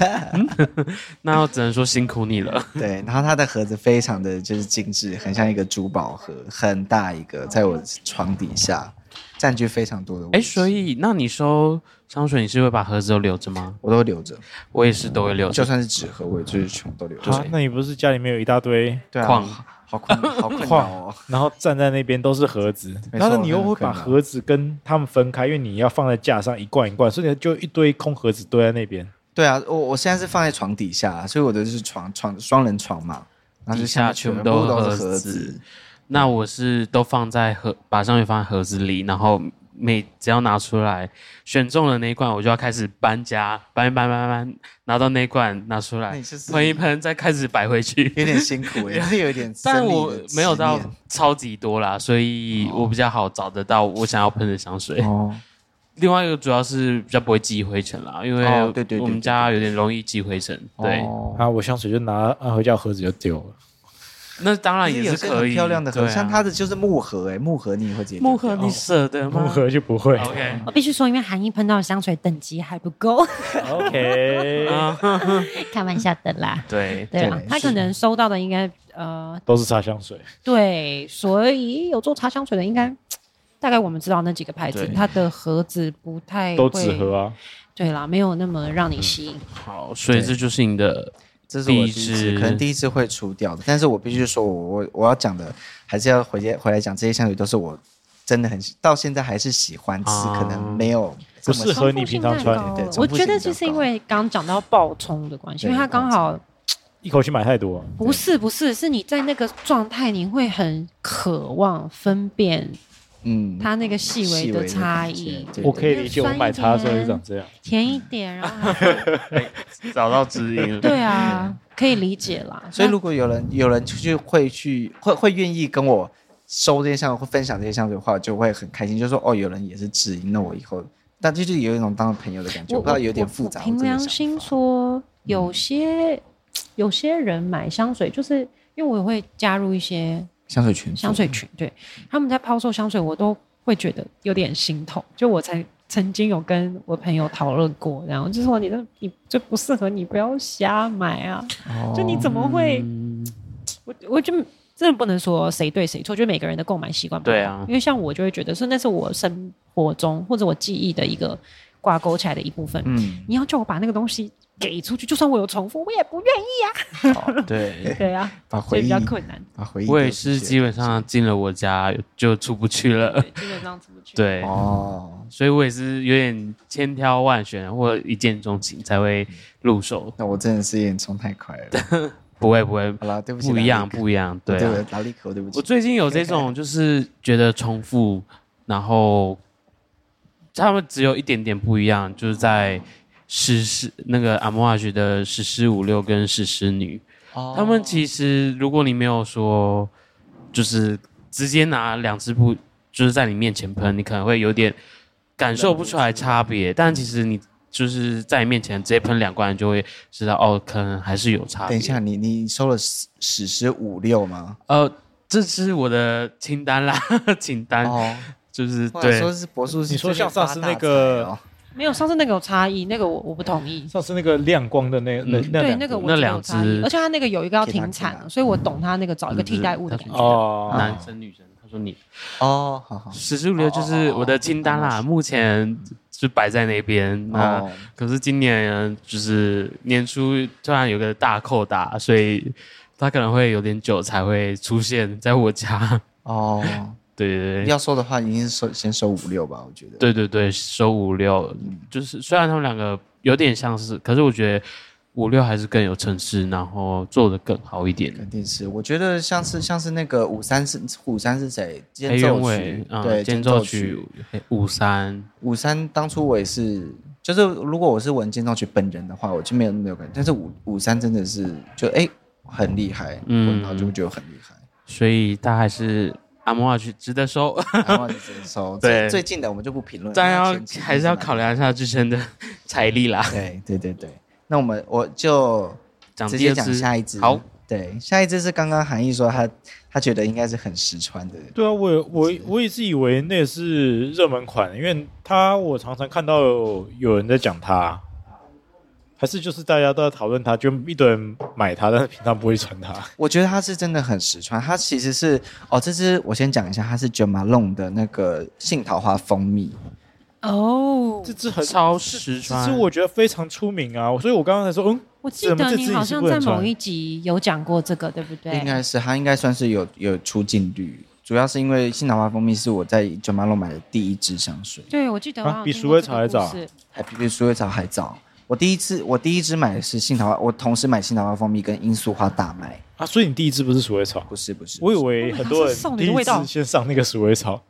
S3: 那我只能说辛苦你了。
S2: *laughs* 对，然后它的盒子非常的就是精致，很像一个珠宝盒，很大一个，在我床底下占据非常多的位
S3: 哎，
S2: 置。
S3: 所以那你收香水，你是会把盒子都留着吗？
S2: 我都留着，
S3: 我也是都会留
S2: 就
S3: 着。
S2: 算是纸盒，我也就是全部都留
S1: 啊
S2: 着。，
S1: 那你不是家里面有一大堆，
S2: 对啊，
S3: 矿
S2: 好好困好困扰哦。
S1: 然后站在那边都是盒子，
S2: 没错
S1: 然后你又
S2: 那很
S1: 会
S2: 困
S1: 把
S3: 啊
S2: 扰
S1: 盒子跟他们分开，因为你要放在架上一罐一罐，所以就一堆空盒子堆在那边。
S2: 对啊，我我现在是放在床底下，所以我的就是床床双人床嘛，然后就
S3: 底下
S2: 面全
S3: 全部
S2: 部
S3: 都
S2: 都是
S3: 盒
S2: 盒
S3: 子
S2: 子。
S3: 那我是都放在盒，把香水放在盒子里，然后每只要拿出来，选中了那一罐，我就要开始搬家，搬一搬搬搬搬，拿到那一罐拿出
S2: 那
S3: 来
S2: 你，就是
S3: 哎喷一喷，再开始摆回去。
S2: 有点辛
S3: *laughs*
S2: 苦耶，也有点生哎理的
S3: 但
S2: 执念，
S3: 我没有到超级多啦，所以我比较好找得到我想要喷的香水。
S2: 哦，
S3: 另外一个主要是比较不会积灰尘啦，因为
S2: 哦对对对
S3: 我们家有点容易积灰尘。对，
S2: 哦
S1: 啊，我香水就拿拿回家盒子就丢了。
S3: 那当然
S2: 可
S3: 也
S2: 有
S3: 是
S2: 些
S3: 可
S2: 很
S3: 以。
S2: 漂亮的盒，
S3: 对啊
S2: 像它的哦就是木盒哎，木盒你也会直接丢
S3: 木盒，
S2: 掉
S3: 你舍得吗？
S1: 木盒就不会。
S3: OK，
S4: 我必须说，因为韩一喷到的香水等级还不够，
S1: OK，
S4: *laughs* 开玩笑的啦。
S3: 啊嗯对，
S4: *laughs* 对啊
S2: 对，
S4: 他可能收到的应该呃，
S1: *laughs* 都是擦香水。
S4: 对，所以有做茶香水的应该。大概我们知道那几个牌子
S3: 对，
S4: 它的盒子不太
S1: 都
S4: 哎会
S1: 纸盒啊，
S4: 对啦，没有那么让你吸引。
S3: 好，所以这就是你的
S2: 这是我第一
S3: 第一
S2: 次，
S3: 支
S2: 可能第一次会除掉的，但是我必须说我我我要讲的还是要回家回来讲，这些香水都是我真的很喜到现在还是喜欢，只是可
S3: 啊
S2: 能没有这么
S1: 不适合你平常穿
S4: 重复性太高了
S2: 对
S4: 我
S2: 重复性
S4: 觉得
S2: 比较
S4: 就是
S2: 高
S4: 因为刚刚讲到爆冲的关系，因为
S2: 对
S4: 它刚好
S1: 一口气买太多，啊
S4: 不是不是，是你在那个状态，你会很渴望分辨
S2: 嗯，
S4: 它那个细微的差异，
S2: 对
S1: 我可以理解。我买茶的时候就长这样。
S4: 甜一点，然后还
S3: 找到知音
S2: *laughs*
S3: 了。
S4: 对
S1: *laughs*
S4: 啊，
S1: 嗯
S4: 可以理解啦。
S2: 所以
S4: 那
S2: 如果有人有人就是会去会会愿意跟我收这些香水，会分享这些香水的话，我就会很开心，就说哦，有人也是知音，那我以后，但这就是有一种当朋友的感觉，
S4: 我
S2: 不知道
S4: 我
S2: 有点
S4: 我
S2: 复杂。
S4: 我凭
S2: 我真的
S4: 良
S2: 想
S4: 心
S2: 法，嗯
S4: 说，有些有些人买香水，就是因为我也会加入一些
S2: 香水群组
S4: 香水群，对，他们在抛售香水，我都会觉得有点心痛。就我才曾经有跟我朋友讨论过，然后就说你这你这不适合你，不要瞎买啊！就你怎么会？
S3: 嗯
S4: 我我就真的不能说谁对谁错，就每个人的购买习惯不一样
S3: 对啊
S4: 因为像我就会觉得说那是我生活中或者我记忆的一个挂钩起来的一部分。
S2: 嗯，
S4: 你要叫我把那个东西给出去，就算我有重复，我也不愿意啊。
S3: *laughs* 对，
S4: 对啊，
S2: 把
S4: 所
S2: 回
S4: 以比
S2: 忆
S4: 较困难，
S2: 把回忆
S3: 我也
S2: 丢
S3: 是
S2: 出
S3: 基
S2: 去
S3: 本上进了我家就出不去了，
S4: 对，基本上怎么去？，
S3: 对，
S2: 哦。
S3: 所以我也是有点千挑万选或一见钟情才会入手，
S2: 那我真的是有点冲太快了。
S3: 不会不会，
S2: 好了，对不起，
S3: 不一样
S2: 拉力
S3: 不一样，对
S2: 克，
S3: 啊
S2: 对，拉力口，对不起。
S3: 我最近有这种，就是觉得重复，然后他们只有一点点不一样，就是在史诗那个阿莫阿学的史诗五六跟史诗女，
S2: 哦
S3: 他们其实如果你没有说，就是直接拿两支布就是在你面前喷，你可能会有点感受不出来差别，但其实你。就是在你面前直接喷两罐，你就会知道哦，可能还是有差别。
S2: 等一下，你你收了史史诗五六吗？
S3: 呃，这是我的清单啦， *laughs* 清单、
S2: 哦，
S3: 就是
S2: 或者
S3: 对
S2: 说是柏树是
S1: 你说
S2: 最近
S1: 像上次
S2: 发大
S1: 那个
S2: 财哦
S4: 没有上次那个有差异，那个我我不同意。
S1: 上次那个亮光的那那
S3: 嗯
S1: 那
S4: 对，
S1: 两
S4: 那个我
S3: 那
S4: 觉得有
S3: 两
S4: 差
S3: 只
S4: 异，而且他那个有一个要
S2: 给他
S4: 停
S2: 给
S4: 产
S2: 他
S4: 了，所以我懂他那个找一个替代物的
S3: 嗯
S4: 感
S3: 嗯
S4: 觉。
S1: 哦，
S3: 男生女生。他说你
S2: 哦，好好
S3: 十之五六就是我的清单啦，目前就摆在那边。那、
S2: 哦，
S3: 可是今年就是年初突然有个大扣打，所以他可能会有点久才会出现在我家。 *laughs*
S2: 哦，
S3: 对对对
S2: 要收的话，一定是收先收五六吧，我觉得。
S3: 对对对，收五六就是虽然他们两个有点相似，可是我觉得五六还是更有层次，然后做的更好一点。
S2: 肯定是，我觉得像是像是那个五三是五三是谁？间
S3: 黑鸢
S2: 奏
S3: 尾
S2: 曲，，
S3: 嗯，
S2: 对，
S3: 间
S2: 间
S3: 奏
S2: 奏
S3: 曲。五三，
S2: 五三当初我也是，就是如果我是文间奏曲本人的话，我就没有那么有感觉。但是五五三真的是就哎、很厉害，
S3: 嗯
S2: 嗯，然后就觉得很厉害。
S3: 所以他还是阿莫尔去值得收，
S2: *laughs* 然后你只能收
S3: 嗯 *laughs* 对
S2: 最最近的我们就不评论了，
S3: 当然要
S2: 前期
S3: 还是要
S2: 蛮
S3: 考。量一下自
S2: *laughs*
S3: 身的财力啦。
S2: 对对对对，那我们我就
S3: 讲
S2: 直
S3: 第
S2: 接
S3: 二
S2: 讲
S3: 支，
S2: 下一支。
S3: 好，
S2: 对，下一支是刚刚韩毅说他他觉得应该是很实穿的，
S1: 对啊，我也我我一直以为那是热门款，因为它我常常看到有有人在讲它，还是就是大家都在讨论它，就一堆人买它，但是平常不会穿它。
S2: 我觉得它是真的很实穿，它其实是哦，这支我先讲一下，它是 Jo Malone 的那个杏桃花蜂蜜，
S4: 哦
S1: 这，只很
S3: *laughs* 超实
S1: 只
S3: 穿
S1: 是我觉得非常出名啊，所以我刚刚才说，嗯，
S4: 我记
S1: 怎么
S4: 得
S1: 这
S4: 你
S1: 支
S4: 好
S1: 你是
S4: 像
S1: 不能
S4: 在某
S1: 穿
S4: 一集有讲过这个，对不对？
S2: 应该是它应该算是有有出镜率，主要是因为杏桃花蜂蜜是我在 Jo Malone 买的第一支香水，
S4: 对，我记得
S1: 啊
S4: 好像
S1: 比
S4: 听
S1: 鼠
S4: 过
S1: 尾
S4: 这
S1: 草
S4: 个
S1: 还
S4: 故
S1: 早
S4: 事
S2: 还比比鼠尾草还早。我第一次我第一支买的是杏桃花，我同时买杏桃花蜂蜜跟罂粟花大麦，
S1: 啊，所以你第一支不是鼠尾草，
S2: 不是不是，
S1: 我以为很多人
S4: 它是送
S1: 第
S4: 你的
S1: 一
S4: 味道
S1: 支先上那个鼠尾草，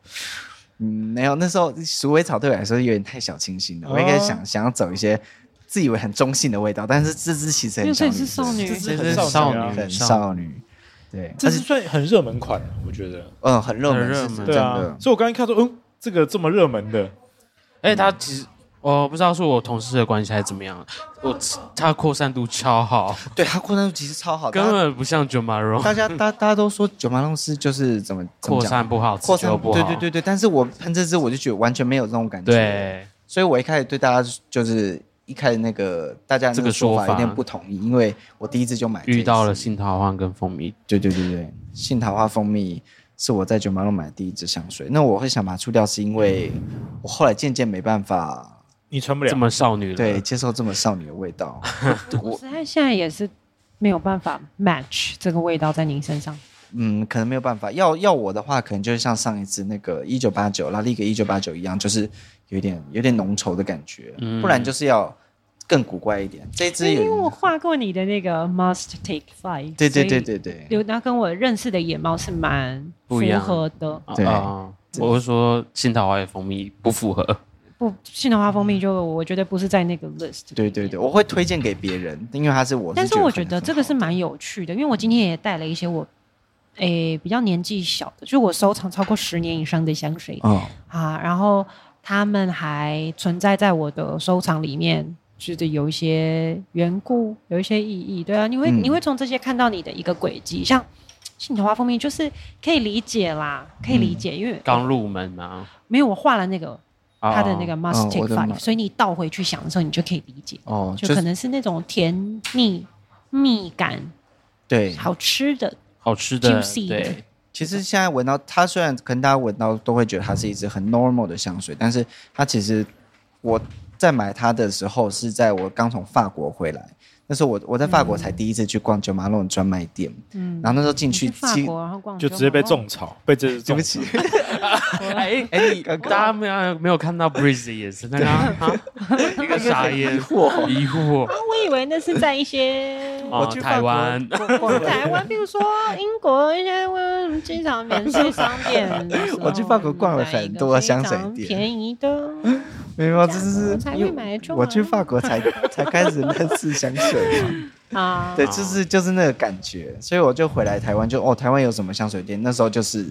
S2: 嗯没有，那时候鼠尾草对我来说有点太小清新了，我应该
S3: 哦
S2: 想想要走一些自以为很中性的味道，但是这支其实
S4: 因
S2: 很
S4: 为
S2: 少
S4: 所以
S2: 女
S4: 是少女
S1: 这
S4: 对
S1: 支
S3: 这
S1: 很
S3: 是
S1: 少
S3: 少
S1: 啊
S3: 女
S2: 很少女，对，
S1: 这是算很热门款，我觉得。
S2: 嗯，很热门，
S3: 很热
S2: 是
S3: 门
S2: 真
S1: 对
S2: 的
S1: 啊，。所以我刚刚一看说，嗯，这个这么热门的，
S3: 而且哎他其实哦我不知道是我同事的关系还是怎么样，我他扩散度超好，
S2: 对它扩散度其实超好，
S3: 根
S2: 大家
S3: 本不像 j o m a r o
S2: 大家大大家都说九马龙是就是怎么 *laughs* 怎么
S3: 扩
S2: 讲
S3: 散不好，
S2: 扩
S3: 持久
S2: 散，
S3: 不好，
S2: 对对对对。但是我喷这支我就觉得完全没有这种感觉，，
S3: 对
S2: 所以我一开始对大家就是一开始那个大家
S3: 这
S2: 那
S3: 个
S2: 个说
S3: 说
S2: 法
S3: 法
S2: 有点不同意，因为我第一次就买这一支
S3: 遇到了杏桃花跟蜂蜜，
S2: 对对对对，杏桃花蜂蜜是我在九马龙买的第一支香水。那我会想把它出掉，是因为我后来渐渐没办法
S1: 你穿不
S3: 这
S1: 了。
S3: 么少女了，
S2: 对接受这么少女的味道。 *laughs*
S4: 我实在现在也是没有办法 match 这个味道在您身上。
S2: 嗯，可能没有办法。要要我的话，可能就是像上一次那个一九八九拉力给一九八九一样，就是有点有点浓稠的感觉，
S3: 嗯
S2: 不然就是要更古怪一点。这一支
S4: 因
S2: 有
S4: 为我画过你的那个 Must Take Five，
S2: 对对对
S4: 所
S2: 对
S4: 以
S2: 对，
S4: 有那跟我认识的野猫是蛮
S3: 不
S4: 符
S3: 一样
S4: 合的，
S3: 啊
S2: 对
S3: 啊我是说杏桃花与蜂蜜不符合，
S4: 不，杏桃花蜂蜜就我觉得不是在那个 list。
S2: 对对对，我会推荐给别人，因为它是我
S4: 但
S2: 是
S4: 是
S2: 觉
S4: 我
S2: 得
S4: 觉
S2: 很
S4: 得
S2: 很
S4: 这个
S2: 好
S4: 是蛮有趣的，因为我今天也带了一些我，诶、比较年纪小的，就我收藏超过十年以上的香水
S2: 哦，
S4: 啊，然后他们还存在在我的收藏里面，就是有一些缘故，有一些意义，对啊，你会、
S2: 嗯
S4: 你会从这些看到你的一个轨迹，像杏桃花蜂蜜就是可以理解啦，可以理
S2: 嗯
S4: 解，因为
S3: 刚入门嘛，
S4: 没有我画了那个
S3: 啊
S4: 他的那个 must
S2: 哦我
S4: take
S2: 的
S4: five，、
S2: 妈
S4: 所以你倒回去想的时候，你就可以理解。
S2: 哦，
S4: 就可
S2: 是
S4: 能是那种甜蜜、蜜感、
S2: 对，
S4: 好吃的，
S3: 好吃的，
S4: Juicy 的 *laughs*
S3: 对，
S2: 其实现在闻到它，虽然可能大家闻到都会觉得它是一支很 normal 的香水，但是它其实我在买它的时候是在我刚从法国回来，那时候我我在法国才第一次去逛九马龙专卖店，
S4: 嗯，
S2: 然后那时候进
S4: 你
S2: 去
S4: 去法
S2: 其
S4: 国，然后逛，
S1: 就直接被。种草，被这
S2: 对
S1: 种
S2: 不
S1: 草。啊
S2: 起，
S3: 哎哎，你大家没有没有看到 Breeze 的眼神，他
S2: *laughs*
S3: 刚刚啊一个傻眼，疑惑疑惑
S4: 哦我以为那是在一些
S3: 啊，
S2: 去法
S3: 台
S2: 国
S3: 湾
S4: 台湾，比如说英国一些什么机场免税商店，
S2: *laughs* 我去法国逛了很多香水店
S4: 非常便宜的，
S2: 没有，这是
S4: 才
S2: 因
S4: 会
S2: 为
S4: 买得中啊
S2: 我去法国 *laughs* 才才开始认识香水嘛，
S4: 啊，
S2: 对，就是就是那个感觉，所以我就回来台湾就，哦，台湾有什么香水店？那时候就是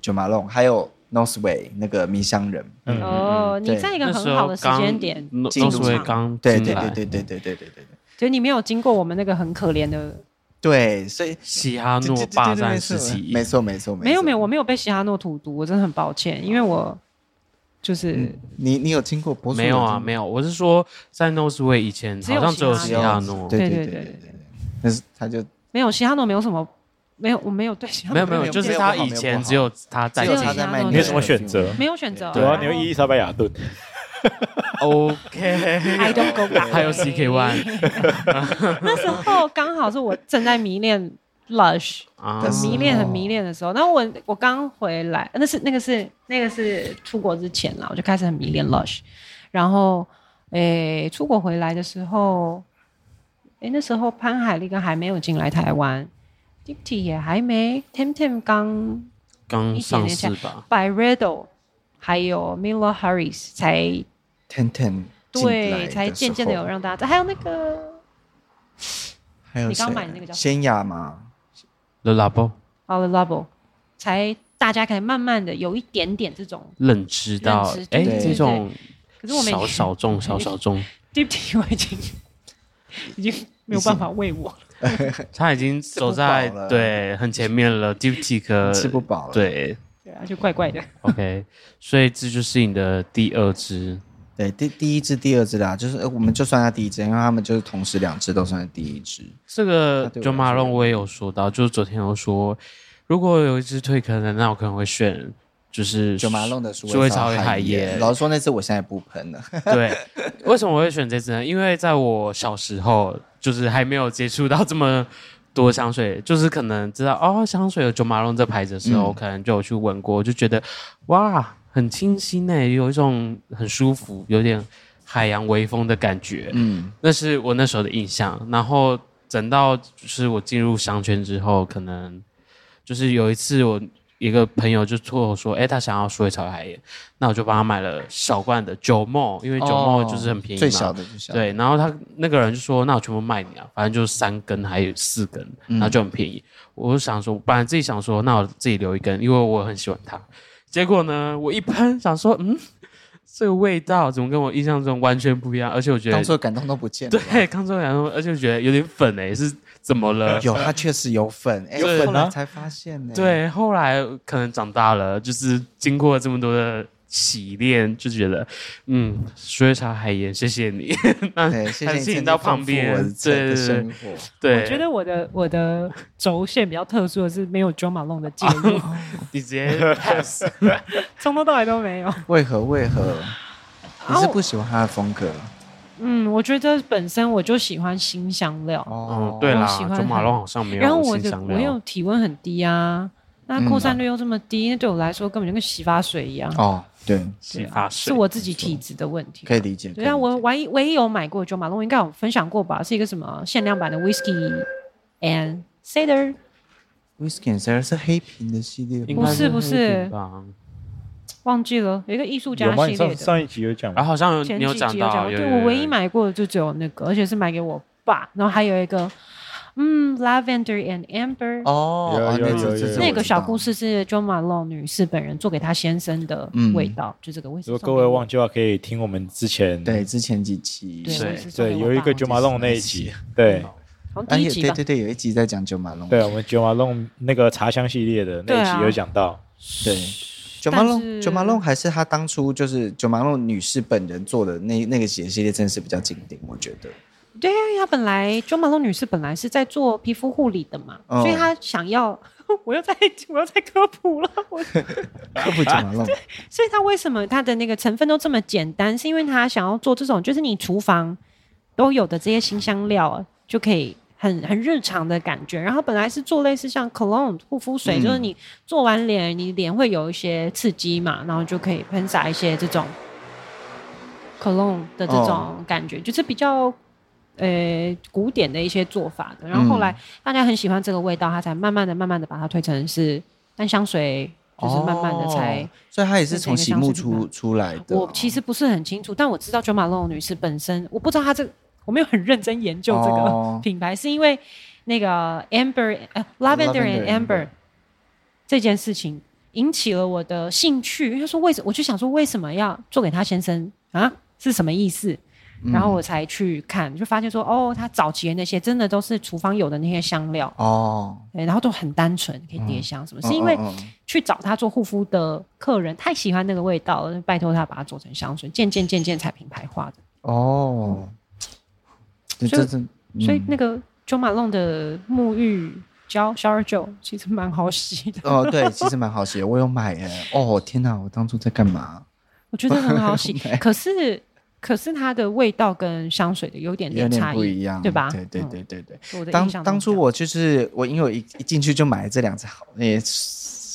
S2: 九马龙，还有 Northway 那个迷香人，
S1: 嗯
S4: 哦，你
S2: 对
S4: 在一个
S3: 那
S4: 很
S3: 时
S4: 好
S3: 候
S4: 的时
S3: 刚
S4: 间点，
S2: 进
S3: 都
S2: 入
S3: 是会
S4: 场
S3: 刚
S2: 对
S3: 进
S2: 对对
S3: 来
S2: 对对对对对对对
S4: 就你没有经过我们那个很可怜的，
S2: 对，所以
S3: 嘻哈
S2: 对
S3: 诺
S2: 对对
S3: 霸
S2: 对
S3: 占
S2: 没错
S3: 时期，
S2: 没错没错，
S4: 没有没有，我没有被嘻哈诺荼毒，我真的很抱歉，因为我就是
S2: 嗯你你有经过博主
S3: 没有啊，没
S2: 有
S3: 有，我是说在 Noseway 以前
S4: 只有
S3: 好像只有
S4: 嘻
S3: 嘻
S4: 哈
S3: 哈
S2: 经
S3: 诺，
S2: 对对
S4: 对
S2: 对
S4: 对
S2: 对
S4: 对
S2: 对对，但是他就
S4: 没有嘻哈诺没有什么，没有我没有对嘻哈
S3: 没
S4: 诺
S3: 有没有，
S2: 有
S3: 就是
S2: 没有
S3: 他
S2: 不好
S3: 以
S2: 没有
S3: 前
S2: 不
S3: 只有他在
S2: 只
S3: 进
S2: 有
S4: 进
S2: 他
S4: 行
S2: 在卖
S4: 啊
S2: 你
S1: 你有
S2: 的
S1: 什么选
S2: perfume
S1: 择？
S4: 没有选择，哦
S1: 对啊，你有伊
S4: 一
S1: 丽莎白雅顿，
S3: OK，
S4: I don't go back，
S3: 还有 CK One
S4: *laughs* 那时候刚好是我正在迷恋 Lush。
S3: *laughs* 啊
S4: 很
S2: 是
S4: 迷恋、
S2: 哦
S4: 很迷恋的时候，然后我我刚回来，那是那个是那个是出国之前啦，我就开始很迷恋 Lush，然后诶、出国回来的时候，诶、那时候潘海利根还没有进来台湾，Dipty 也还没，Tim Tim 刚
S3: 刚上市吧？
S4: b y r e d o 还有 Mila Harris 才
S2: Ten Ten
S4: 对，才渐渐的有，让大家，还有那个
S2: 还有
S4: 你刚
S2: 谁
S4: 买的那个叫什么
S2: 仙雅嘛，
S3: The Labo
S4: o l i v a b l 才大家才慢慢的有一点点这种，
S3: 认知到
S4: 认知，
S3: 哎，
S2: 对
S4: 对
S3: 这种
S4: 可是我没
S3: 少少众少少众，
S4: Deep 我已经已经没有办法喂我了。
S3: 他已经走在
S2: 吃不饱了
S3: 对很前面了，Duty 可
S2: 吃不饱了，
S3: 呃对
S4: 对啊，就怪怪的。
S3: ，OK，所以这就是你的第二支，
S2: 对，第第一支、第二支啦，就是呃我们就算它第一支，因为他们就是同时两支都算是第一支。
S3: 这个
S2: 那对我来说
S3: j o m 我也有说到，就是昨天有说，如果有一支退坑的，那我可能会选就是
S2: 九马弄的苏
S3: 苏
S2: 维
S3: 维
S2: 超
S3: 超海
S2: 海
S3: 盐。
S2: 老实说，那次我现在不喷了。
S3: *laughs* 对，为什么我会选这支呢？因为在我小时候，就是还没有接触到这么多香水，就是可能知道哦，香水有九马龙这牌子的时候，
S2: 嗯
S3: 可能就有去闻过，就觉得哇，很清新诶、有一种很舒服，有点海洋微风的感觉。
S2: 嗯，
S3: 那是我那时候的印象。然后等到就是我进入商圈之后，可能就是有一次我一个朋友就托我说，哎、他想要说一草海盐，那我就帮他买了小罐的九梦，因为九
S4: 哦
S3: 梦就是很便
S2: 哦
S3: 宜嘛。
S2: 最小的最小的。
S3: 对，然后他那个人就说：“那我全部卖你啊，反正就是三根还有四根，
S2: 嗯
S3: 然后就很便宜。我就想说，本来自己想说，那我自己留一根，因为我很喜欢它。结果呢，我一喷，想说，嗯，这个味道怎么跟我印象中完全不一样？而且我觉得
S2: 当做感动都不见了。
S3: 对， *laughs* 康州羊肉，而且我觉得有点粉诶、是怎么了？ *laughs*
S2: 有它确实有粉，哎，
S1: 有粉啊
S2: 后来才发现呢。，
S3: 对，后来可能长大了，就是经过这么多的洗练，就觉得，嗯，水茶海盐，谢谢你。 *laughs* 那
S2: 对，谢谢
S3: 很吸
S2: 曾
S3: 引
S2: 经
S3: 到
S2: 丰
S3: 旁
S2: 富
S3: 边
S2: 我的
S3: 对
S2: 的
S3: 对对
S2: 生活。
S3: 对，
S4: 我觉得我的我的轴线比较特殊的是没有 John Malone 的介
S3: *laughs*
S4: 入，
S3: 你直接 pass，
S4: 从头到尾都
S3: *laughs*
S4: 没有。
S2: 为何为何？你是
S4: 后
S2: 不喜欢他的风格
S4: 嗯，我觉得本身我就喜欢新香料，
S2: 哦
S3: 嗯，？对啦
S4: 我喜，欢
S3: 九马
S4: 它
S3: 龙好像没有
S4: 然后我
S3: 新
S4: 的
S3: 香
S4: 我
S3: 料
S4: 又体温很低啊，那
S2: 嗯
S4: 扩散率又这么低，那对我来说根本就跟洗发水一样，啊
S2: 哦，对，
S3: 洗发
S4: 是
S3: 水，
S4: 我自己体质的问题。
S2: 可以理解。
S4: 对
S2: 可
S4: 啊，
S2: 以理
S4: 我
S2: 解
S4: 唯一唯一有买过 John Malone，应该有分享过吧？是一个什么限量版的 Whisky and Cider。
S2: Whisky and Sour 是黑瓶的系列吗，
S3: 应该
S4: 不是不是
S3: 黑底吧
S4: 忘记了，有一个艺术家
S1: 有吗？你
S4: 系列
S1: 上
S4: 的，
S1: 上一集有讲
S3: 啊，
S1: 吗，
S3: 好像
S4: 前
S3: 你有
S4: 几
S3: 讲
S4: 集有
S3: 到，
S4: 过
S3: 有
S4: 对
S3: 有
S4: 我
S3: 有
S4: 唯一买过的就只有那个，而且是买给我爸，然后还有一个，嗯，Lavender and Amber，、
S2: 哦，
S1: 有
S2: 哦
S1: 有
S2: 那只
S1: 有
S2: 这
S1: 有
S2: 只
S4: 那
S2: 我
S4: 个
S2: 知
S4: 小
S2: 道
S4: 故事是 John Malone 女士本人做给她先生的
S2: 嗯
S4: 味道，就这个味道。
S1: 如果各位忘记的话，可以听我们之前
S2: 对，之前几期
S4: 对，
S3: 对
S4: 我也是送给
S1: 对
S4: 我
S1: 有一
S4: 爸
S1: 个九马弄那一集，对
S4: 好像
S2: 哎
S4: 第一
S2: 有
S4: 集
S2: 对
S4: 吧。
S2: 对对，有一集在讲九马龙，
S1: 对，我们九马弄那个茶香系列的
S4: 对
S1: 那一
S4: 啊
S1: 集有讲到，
S2: 对，九马
S4: 但
S2: 龙，
S4: 是
S2: 九马龙还是他当初就是九马龙女士本人做的那那个鞋系列，真的是比较经典，我
S1: *laughs*
S2: 觉得。
S4: 对因为她本来 John Malone 女士本来是在做皮肤护理的嘛，
S2: 哦
S4: 所以她想要 *laughs* 我又在我又在科普了，我
S2: 科普讲完了吗，
S4: 所以它为什么它的那个成分都这么简单？是因为它想要做这种，就是你厨房都有的这些新香料啊，就可以很很日常的感觉。然后本来是做类似像 cologne 护肤水，
S2: 嗯
S4: 就是你做完脸，你脸会有一些刺激嘛，然后就可以喷洒一些这种 cologne 的这种感觉，就是比较。呃，古典的一些做法的，然后后来大家很喜欢这个味道，它才慢慢的、慢慢的把它推成是淡香水，就是慢慢的才、
S2: 哦所以它也是
S4: 变
S2: 从
S4: 成一个
S2: 醒
S4: 香
S2: 目
S4: 水品
S2: 出出来的。
S4: 我其实不是很清楚，但我知道 Jo Malone 女士本身，我不知道她这，我没有很认真研究这个
S2: 哦
S4: 品牌，是因为那个 Amber 呃 Lavender
S2: Lavender
S4: and Amber
S2: Amber
S4: 这件事情引起了我的兴趣，因为说为什，我就想说为什么要做给他先生啊，是什么意思？
S2: 嗯
S4: 然后我才去看，就发现说哦，他早期的那些真的都是厨房有的那些香料，
S2: 哦，
S4: 对，然后都很单纯，可以叠香什么，是因为
S2: 嗯嗯嗯
S4: 去找他做护肤的客人太喜欢那个味道了，拜托他把它做成香水，渐渐渐渐才品牌化的。
S2: 哦，这
S4: 所以
S2: 这这，
S4: 所以
S2: 嗯
S4: 那个 Jo Malone 的沐浴胶 shower gel 其实蛮好洗的，
S2: 哦，对，其实蛮好洗的，我有买耶。哦，天哪，我当初在干嘛？
S4: 我觉得很
S2: *laughs*
S4: 好洗。可是可是它的味道跟香水的有点
S2: 有
S4: 点
S2: 点
S4: 差
S2: 不
S4: 异，
S2: 一样，
S4: 对吧
S2: 对对
S4: 嗯
S2: 对对对。
S4: 我的印
S2: 当
S4: 象
S2: 当
S4: 中
S2: 初
S4: 这样
S2: 我就是我，因为我一一进去就买了这两只，好，也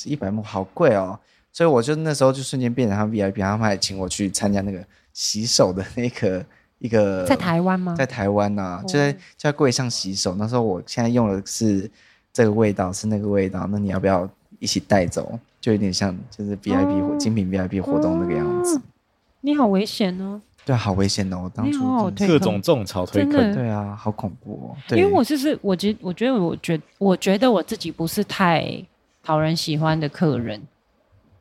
S2: 一百目好贵哦，所以我就那时候就瞬间变成他 VIP，他们还请我去参加那个洗手的那个一个
S4: 在台湾吗？
S2: 呃在台湾呐、
S4: 哦
S2: 就在就在柜上洗手。那时候我现在用的是这个味道，是那个味道，那你要不要一起带走？就有点像就是 VIP 活、
S4: 哦
S2: 精品 VIP 活动那个样子。
S4: 你好危险哦！
S2: 对，好危险哦！我当
S4: 你
S2: 初
S4: 好好
S2: 真的
S4: 推
S2: 是
S1: 各种种草推
S4: 真
S1: 坑
S4: 的，
S2: 对啊，好恐怖哦。
S4: 因
S2: 对，
S4: 为我就是我觉我觉得我觉我觉得我自己不是太讨人喜欢的客人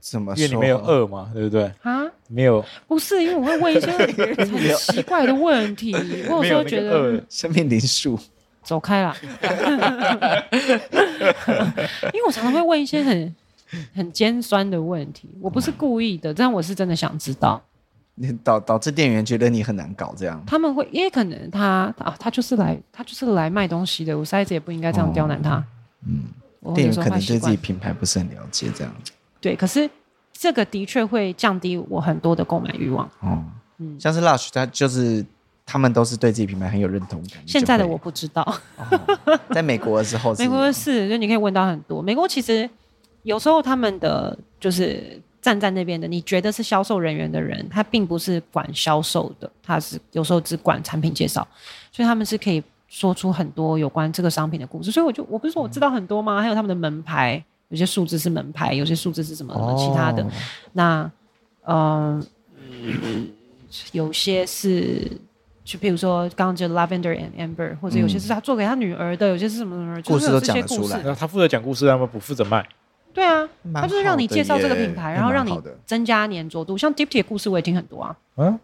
S2: 怎么
S1: 因为你
S2: 说
S1: 没有饿嘛，对不对？
S4: 啊。
S1: 没有，
S4: 不是，因为我会问一些很奇怪的问
S2: *laughs*
S4: 题，我有
S1: 没
S4: 时
S1: 有
S4: 候
S1: 那
S4: 觉
S1: 个
S4: 得
S1: 饿，
S2: 生命灵数
S4: 走开啦， *laughs* 因为我常常会问一些很很尖酸的问题，我不是故意的，但我是真的想知道。
S2: 你导导致店员觉得你很难搞，这样
S4: 他们会，因为可能他啊，他就是来，他就是来卖东西的，我实在是也不应该这样刁难他。嗯，我
S2: 哦店员
S4: 有时候
S2: 可
S4: 坏
S2: 能
S4: 习
S2: 对自己
S4: 惯，
S2: 品牌不是很了解，这样
S4: 对，可是这个的确会降低我很多的购买欲望。
S2: 哦。
S4: 嗯
S2: 像是 Lush，他就是他们都是对自己品牌很有认同感。
S4: 现在的
S2: 就
S4: 我
S2: 会，
S4: 不知道，
S2: 哦在美国的时候是，
S4: 美国是，就你可以问到很多。美国其实有时候他们的就是站在那边的，你觉得是销售人员的人，他并不是管销售的，他是有时候只管产品介绍，所以他们是可以说出很多有关这个商品的故事。所以我就我不是说我知道很多吗？还有他们的门牌，有些数字是门牌，有些数字是什么什么其他的。
S2: 哦
S4: 那呃，有些是就比如说刚刚就 Lavender and Amber，或者有些是他做给他女儿的，有些是什么什么，
S2: 故
S4: 就
S2: 事
S4: 是
S2: 都
S4: 有这
S2: 讲
S4: 些
S2: 得出
S4: 故事
S2: 来。
S1: 那他负责讲故事，他们不负责卖。
S4: 对啊，
S2: 蛮
S4: 他就是让你
S2: 好的
S4: 介绍这个
S2: 耶
S4: 品牌，
S2: 那
S4: 然后
S2: 蛮
S4: 让
S2: 好
S4: 你
S2: 的
S4: 增加粘着度。像 Dipty 的故事我也听很多啊，哦
S1: 嗯，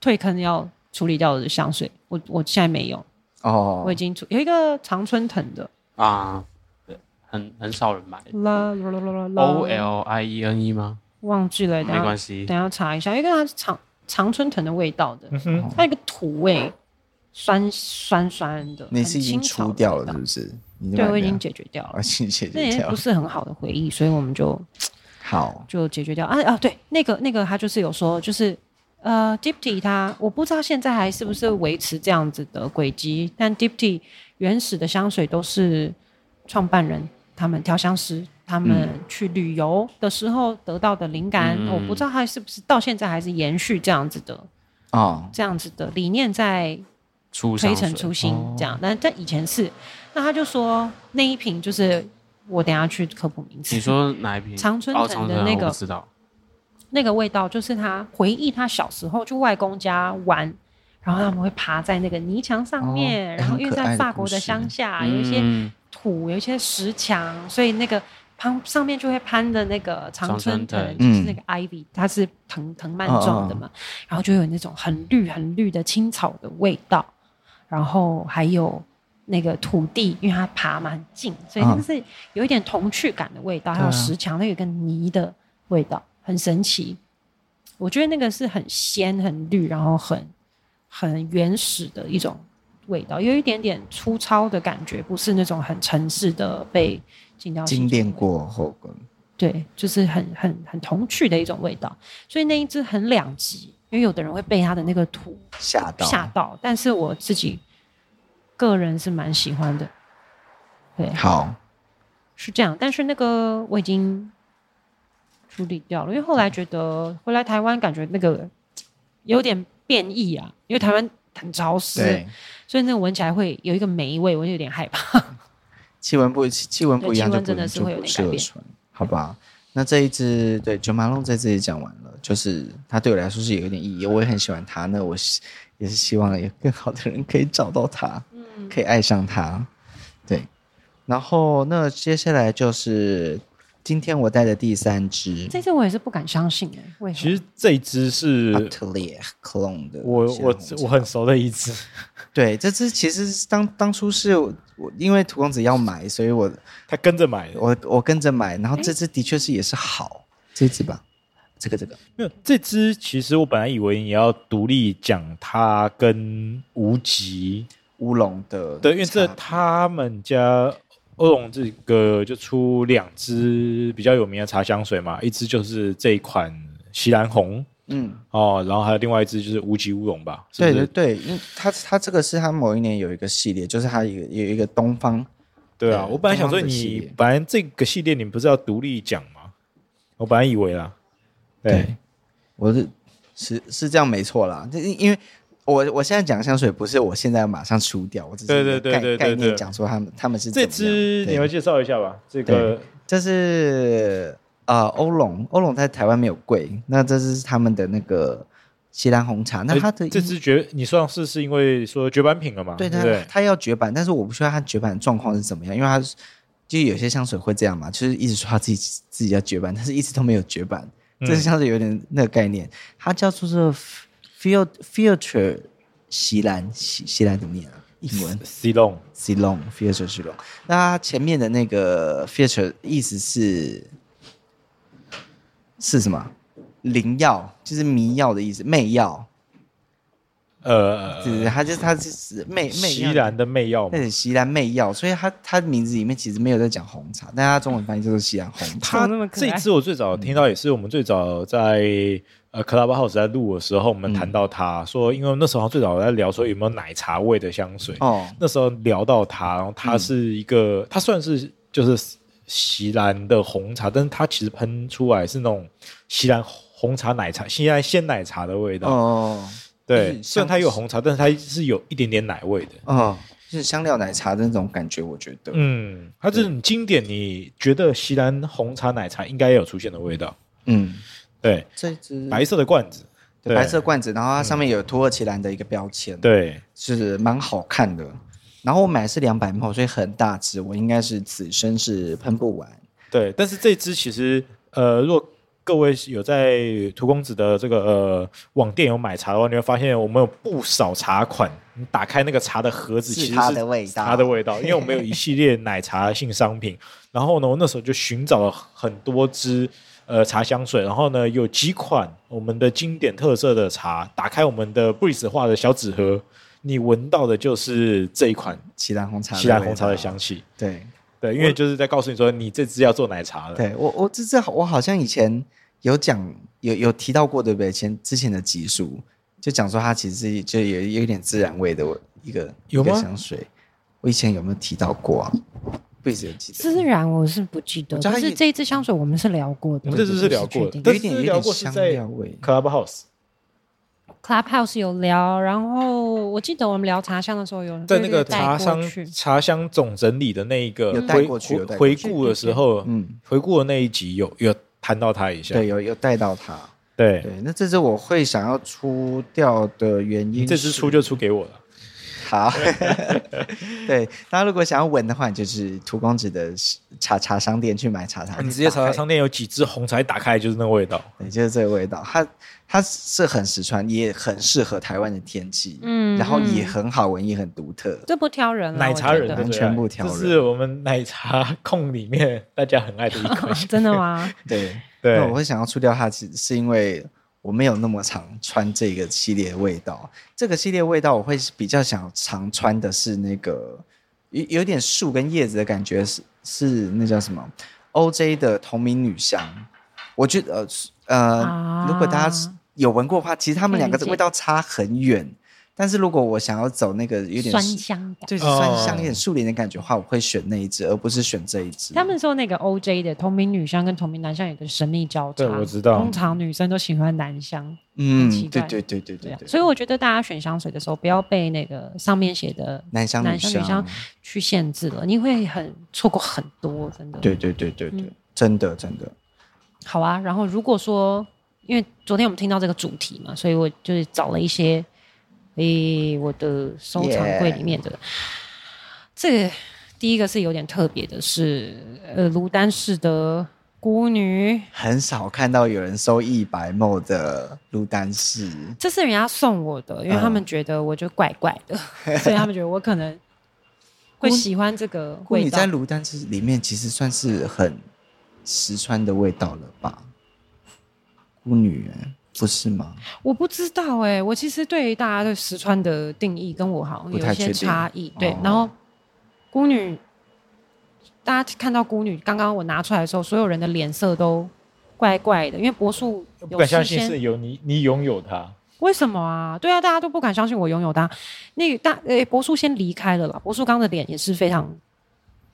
S4: 退坑要处理掉的香水，我我现在没有，
S2: 哦，
S4: 我已经处有一个常春藤的
S3: 啊，很很少人买。
S4: 啦啦啦啦啦
S3: O L I E N E 吗？
S4: 忘记了，等
S3: 没
S4: 一下
S3: 关系
S4: 等，一下查一下，因为它是常常春藤的味道的，
S2: 嗯
S1: 哼
S4: 它有一个土味，酸酸酸的，
S2: 你是已经
S4: 很清草的
S2: 出掉了，
S4: 味道
S2: 是不是？你
S4: 对，我已
S2: 买
S4: 经
S2: *laughs* 了
S4: 解决掉
S2: 我
S4: 了
S2: 已。经哦解
S4: 那
S2: 决
S4: 也
S2: 掉
S4: 不
S2: 了。
S4: 是很好的回忆，所以我们就
S2: 好，
S4: 就解决掉啊啊！对，那个那个，他就是有说，就是呃，Dipty 他我不知道现在还是不是维持这样子的轨迹，但 Dipty 原始的香水都是创办人他们调香师他们去旅游的时候得到的灵感，
S3: 嗯
S4: 我不知道他是不是到现在还是延续这样子的
S2: 哦，
S4: 这样子的理念在
S3: 出香
S4: 推
S3: 水
S4: 陈
S3: 哦
S4: 出新这样，但但以前是，那他就说那一瓶就是我等一下去科普名词，
S3: 你说哪一瓶？
S4: 常春
S3: 哦
S4: 藤
S3: 常
S4: 的
S3: 藤
S4: 那
S3: 我不
S4: 个
S3: 知道。
S4: 那个味道，就是他回忆他小时候去外公家玩，然后他们会爬在那个泥墙上面，
S2: 哦
S4: 然后
S2: 哎
S4: 因
S2: 很
S4: 为
S2: 可爱
S4: 在
S2: 的
S4: 法
S2: 故
S4: 国
S2: 事
S4: 的乡下啊有一些
S3: 嗯
S4: 土，有一些石墙，所以那个旁上面就会攀的那个常
S3: 常春
S4: 春
S3: 藤
S4: 藤，就是
S2: 嗯
S4: 那个 ivy，它是藤藤蔓状的嘛，然后就有那种很绿很绿的青草的味道，然后还有。那个土地，因为它爬蛮近，所以它
S2: 嗯
S4: 是有一点童趣感的味道，还
S2: 对啊
S4: 有石墙，它有一个泥的味道，很神奇。我觉得那个是很鲜、很绿，然后很很原始的一种味道，有一点点粗糙的感觉，不是那种很城市的被精雕细
S2: 经典
S4: 琢味
S2: 过后，
S4: 对，就是很很很童趣的一种味道。所以那一只很两极，因为有的人会被它的那个土
S2: 吓到
S4: 吓到，但是我自己个人是蛮喜欢的。对，
S2: 好，
S4: 是这样。但是那个我已经处理掉了，因为后来觉得回来台湾感觉那个有点变异啊，因为台湾很潮湿，
S2: 对，
S4: 所以那个闻起来会有一个霉味，我就有点害怕。
S2: 气温不气气温
S4: 对
S2: 不一样
S4: 气
S2: 就
S4: 温
S2: 不
S4: 真的是
S2: 就
S4: 会有
S2: 不
S4: 点
S2: 适
S4: 改
S2: 合
S4: 变
S2: 穿，好吧？那这一支对九马龙在这里讲完了，就是它对我来说是有一点意义，我也很喜欢它。那我希也是希望有更好的人可以找到它，
S4: 嗯
S2: 可以爱上它。对，然后那接下来就是今天我带的第三支
S4: 这次我也是不敢相信哎、为什
S1: 其
S4: 么？
S1: 实这一支是
S2: a t l e Clone 的
S1: 我
S2: 鲜
S1: 我
S2: 红
S1: 我
S2: 茶
S1: 很熟的一支，
S2: 对这支其实是当当初是我我因为涂公子要买，所以我
S1: 他跟着买的。
S2: 我我跟着买，然后这只的确是也是好，这只吧，这个这个，
S1: 没有这支，其实我本来以为你要独立讲它跟无极
S2: 乌龙的，
S1: 对，因为这他们家欧龙这个就出两支比较有名的茶香水嘛，一支就是这一款西兰红
S2: 嗯，
S1: 哦，然后还有另外一支就是无极乌龙吧，是不
S2: 对
S1: 是
S2: 对对，因为它它这个是它某一年有一个系列，就是它有有一个东方，
S1: 对啊，
S2: 对
S1: 我本来想说
S2: 东方的系
S1: 你
S2: 列
S1: 本来这个系列你不是要独立讲吗？我本来以为啦，对，
S2: 我是是是这样没错啦，这因为。我我现在讲香水不是我现在马上出掉，我只是
S1: 对对对
S2: 概
S1: 对对
S2: 概
S1: 对
S2: 念讲说他们他们是
S1: 这
S2: 怎么样
S1: 支
S2: 对
S1: 你们介绍一下吧，这个
S2: 这是啊，呃欧龙，欧龙在台湾没有贵，那这是他们的那个西兰红茶，那它的
S1: 呃这支绝你上市是因为说绝版品了嘛？
S2: 对
S1: 对
S2: 它
S1: 不对，
S2: 它要绝版，但是我不知道它绝版的状况是怎么样，因为它是就有些香水会这样嘛，就是一直说它自己自己要绝版，但是一直都没有绝版，
S1: 嗯
S2: 这像是有点那个概念，它叫做这 field future 西兰西西兰怎么念啊？英文
S1: C 龙
S2: c e l o n feature c e l o n 那它前面的那个 feature 意思是是什么？灵药就是迷药的意思，媚药，
S1: 呃
S2: 对对，对它就是它就是媚媚
S1: 西
S2: 药，
S1: 兰的媚药嘛
S2: 对，西兰媚药，所以它它名字里面其实没有在讲红茶，但它中文翻译叫做西兰红茶。
S1: 他
S4: 怎么那么可
S1: 这一
S4: 爱
S1: 支我最早
S2: 嗯
S1: 听到也是我们最早在呃 Clubhouse 在录的时候，我
S2: 嗯
S1: 们谈到它，说，因为那时候好像最早在聊说有没有奶茶味的香水，
S2: 哦，嗯
S1: 那时候聊到它，然后它是一个，它算是就是席兰的红茶，但是它其实喷出来是那种席兰红茶奶茶、西兰鲜奶茶的味道。
S2: 哦
S1: *laughs* 对
S2: 嗯，
S1: 虽然它有红茶，但是它是有一点点奶味的。
S2: 哦，就是香料奶茶的那种感觉，我觉得，
S1: 嗯，它这种经典，你觉得席兰红茶奶茶应该有出现的味道？
S2: 嗯，
S1: 对，
S2: 这只
S1: 白色嗯的罐子，
S2: 对白色罐子，然后它上面有土耳其蓝的一个标签，
S1: 对，
S2: 是蛮好看的。然后我买是两百毫所以很大支，我应该是此生是喷不完。
S1: 对，但是这支其实，呃，如果各位有在涂公子的这个呃网店有买茶的话，你会发现我们有不少茶款。你打开那个茶的盒子，
S2: 是
S1: 其实
S2: 它
S1: 是
S2: 的味道
S1: 茶的味道。因为我们有一系列奶茶性商
S2: *laughs*
S1: 品，然后呢，我那时候就寻找了很多支呃茶香水，然后呢，有几款我们的经典特色的茶，打开我们的 Breeze 画的小纸盒，你闻到的就是这一款
S2: 奇兰红茶，
S1: 西兰红茶的。香气。
S2: 对，
S1: 对，因为就是在告诉你说，你这支要做奶茶了。
S2: 对我我这这我好像以前有讲有有提到过，对不对？前之前的集数就讲说它其实是就有有一点自然味的一个
S1: 有吗
S2: 一个香水，我以前有没有提到过啊？不一直有记得。
S4: 自然我是不记得，
S2: 我知道它
S4: 但是
S2: 也
S4: 这一支香水我们是聊过的，
S1: 我们这次是聊
S4: 我
S1: 过
S4: 不
S1: 的，
S4: 确定
S1: 但
S2: 有一点
S1: 是聊过
S2: 有一
S1: 是
S2: 点
S1: 在
S2: 香料味
S1: Clubhouse，
S4: Clubhouse 有聊，然后我记得我们聊茶香的时候有人
S1: 在那个
S4: 略略带
S1: 茶
S4: 过
S1: 香
S4: 去
S1: 茶香总整理的那一个
S2: 有带
S1: 回
S2: 过去有
S1: 回
S2: 带过
S1: 回
S2: 去
S1: 顾的时候，
S2: 嗯，
S1: 回顾的那一集有有谈到他一下。
S2: 对，有有带到它。
S1: 对，
S2: 对，那这支我会想要出掉的原因，
S1: 这支出就出给我了。
S2: 好， *laughs* 对，大家如果想要闻的话，你就是涂公子的茶茶商店去买茶茶，
S1: 哦你直接
S2: 打
S1: 茶
S2: 开
S1: 茶，商店有几支红茶，一打开就是那个味道。
S2: 对，就是这个味道。它它是很实穿，也很适合台湾的天气，
S4: 嗯
S2: 然后也
S4: 嗯
S2: 很好闻，也很独特。
S4: 这不挑人啦，
S1: 奶茶
S4: 我觉
S1: 人的
S4: 得
S1: 最爱
S2: 全部挑
S1: 这
S2: 人
S1: 是我们奶茶控里面大家很爱的一款。
S4: 真的
S1: *laughs*
S4: 吗？
S2: *laughs* 对，
S1: 对
S2: 那我会想要出掉它，其实是因为我没有那么常穿这个系列味道。这个系列味道我会比较想常穿的是那个有有点树跟叶子的感觉，是是那叫什么 OJ 的同名女香，我觉得呃呃，
S4: 啊
S2: 如果大家有闻过的话，其实他们两个
S4: 可以理解
S2: 味道差很远。但是如果我想要走那个有点
S4: 酸香感。
S2: 对
S1: 哦
S2: 酸香有点树林的感觉的话，我会选那一只，而不是选这一只。
S4: 他们说那个 OJ 的同名女香跟同名男香有个神秘交叉，
S1: 对我知道
S4: 通常女生都喜欢男香，
S2: 嗯
S4: 很奇，
S2: 对
S4: 怪
S2: 对对对
S4: 对
S2: 对
S4: 啊。
S2: 对，
S4: 所以我觉得大家选香水的时候，不要被那个上面写的
S2: 男香
S4: 男
S2: 香
S4: 香女香去限制了，你会很错过很多，真的。
S2: 对对对对对
S4: 嗯，
S2: 真的真的，
S4: 好啊，然后如果说，因为昨天我们听到这个主题嘛，所以我就是找了一些，诶、我的收藏柜里面的这个第一个是有点特别的是，呃，卢丹氏的孤女，
S2: 很少看到有人收一百墨的鹿丹氏，
S4: 这是人家送我的，因为
S2: 嗯
S4: 他们觉得我就怪怪的，所以他们觉得我
S2: *laughs*
S4: 可能会喜欢这个
S2: 不过
S4: 味
S2: 你
S4: 道
S2: 在。卢丹氏里面其实算是很石川的味道了吧？孤女、欸，不是吗？
S4: 我不知道哎、我其实对于大家对石川的定义跟我好像
S2: 不
S4: 有
S2: 太
S4: 一
S2: 确
S4: 些
S2: 定
S4: 差异。对
S2: 哦，
S4: 然后孤女，大家看到孤女，刚刚我拿出来的时候，所有人的脸色都怪怪的，因为柏树
S1: 不
S4: 有哦
S1: 敢相
S4: 事
S1: 信是
S4: 先。
S1: 有你，你拥有它。
S4: 为什么啊？对啊，大家都不敢相信我拥有它。那个大诶，柏树先离开了啦。柏树刚的脸也是非常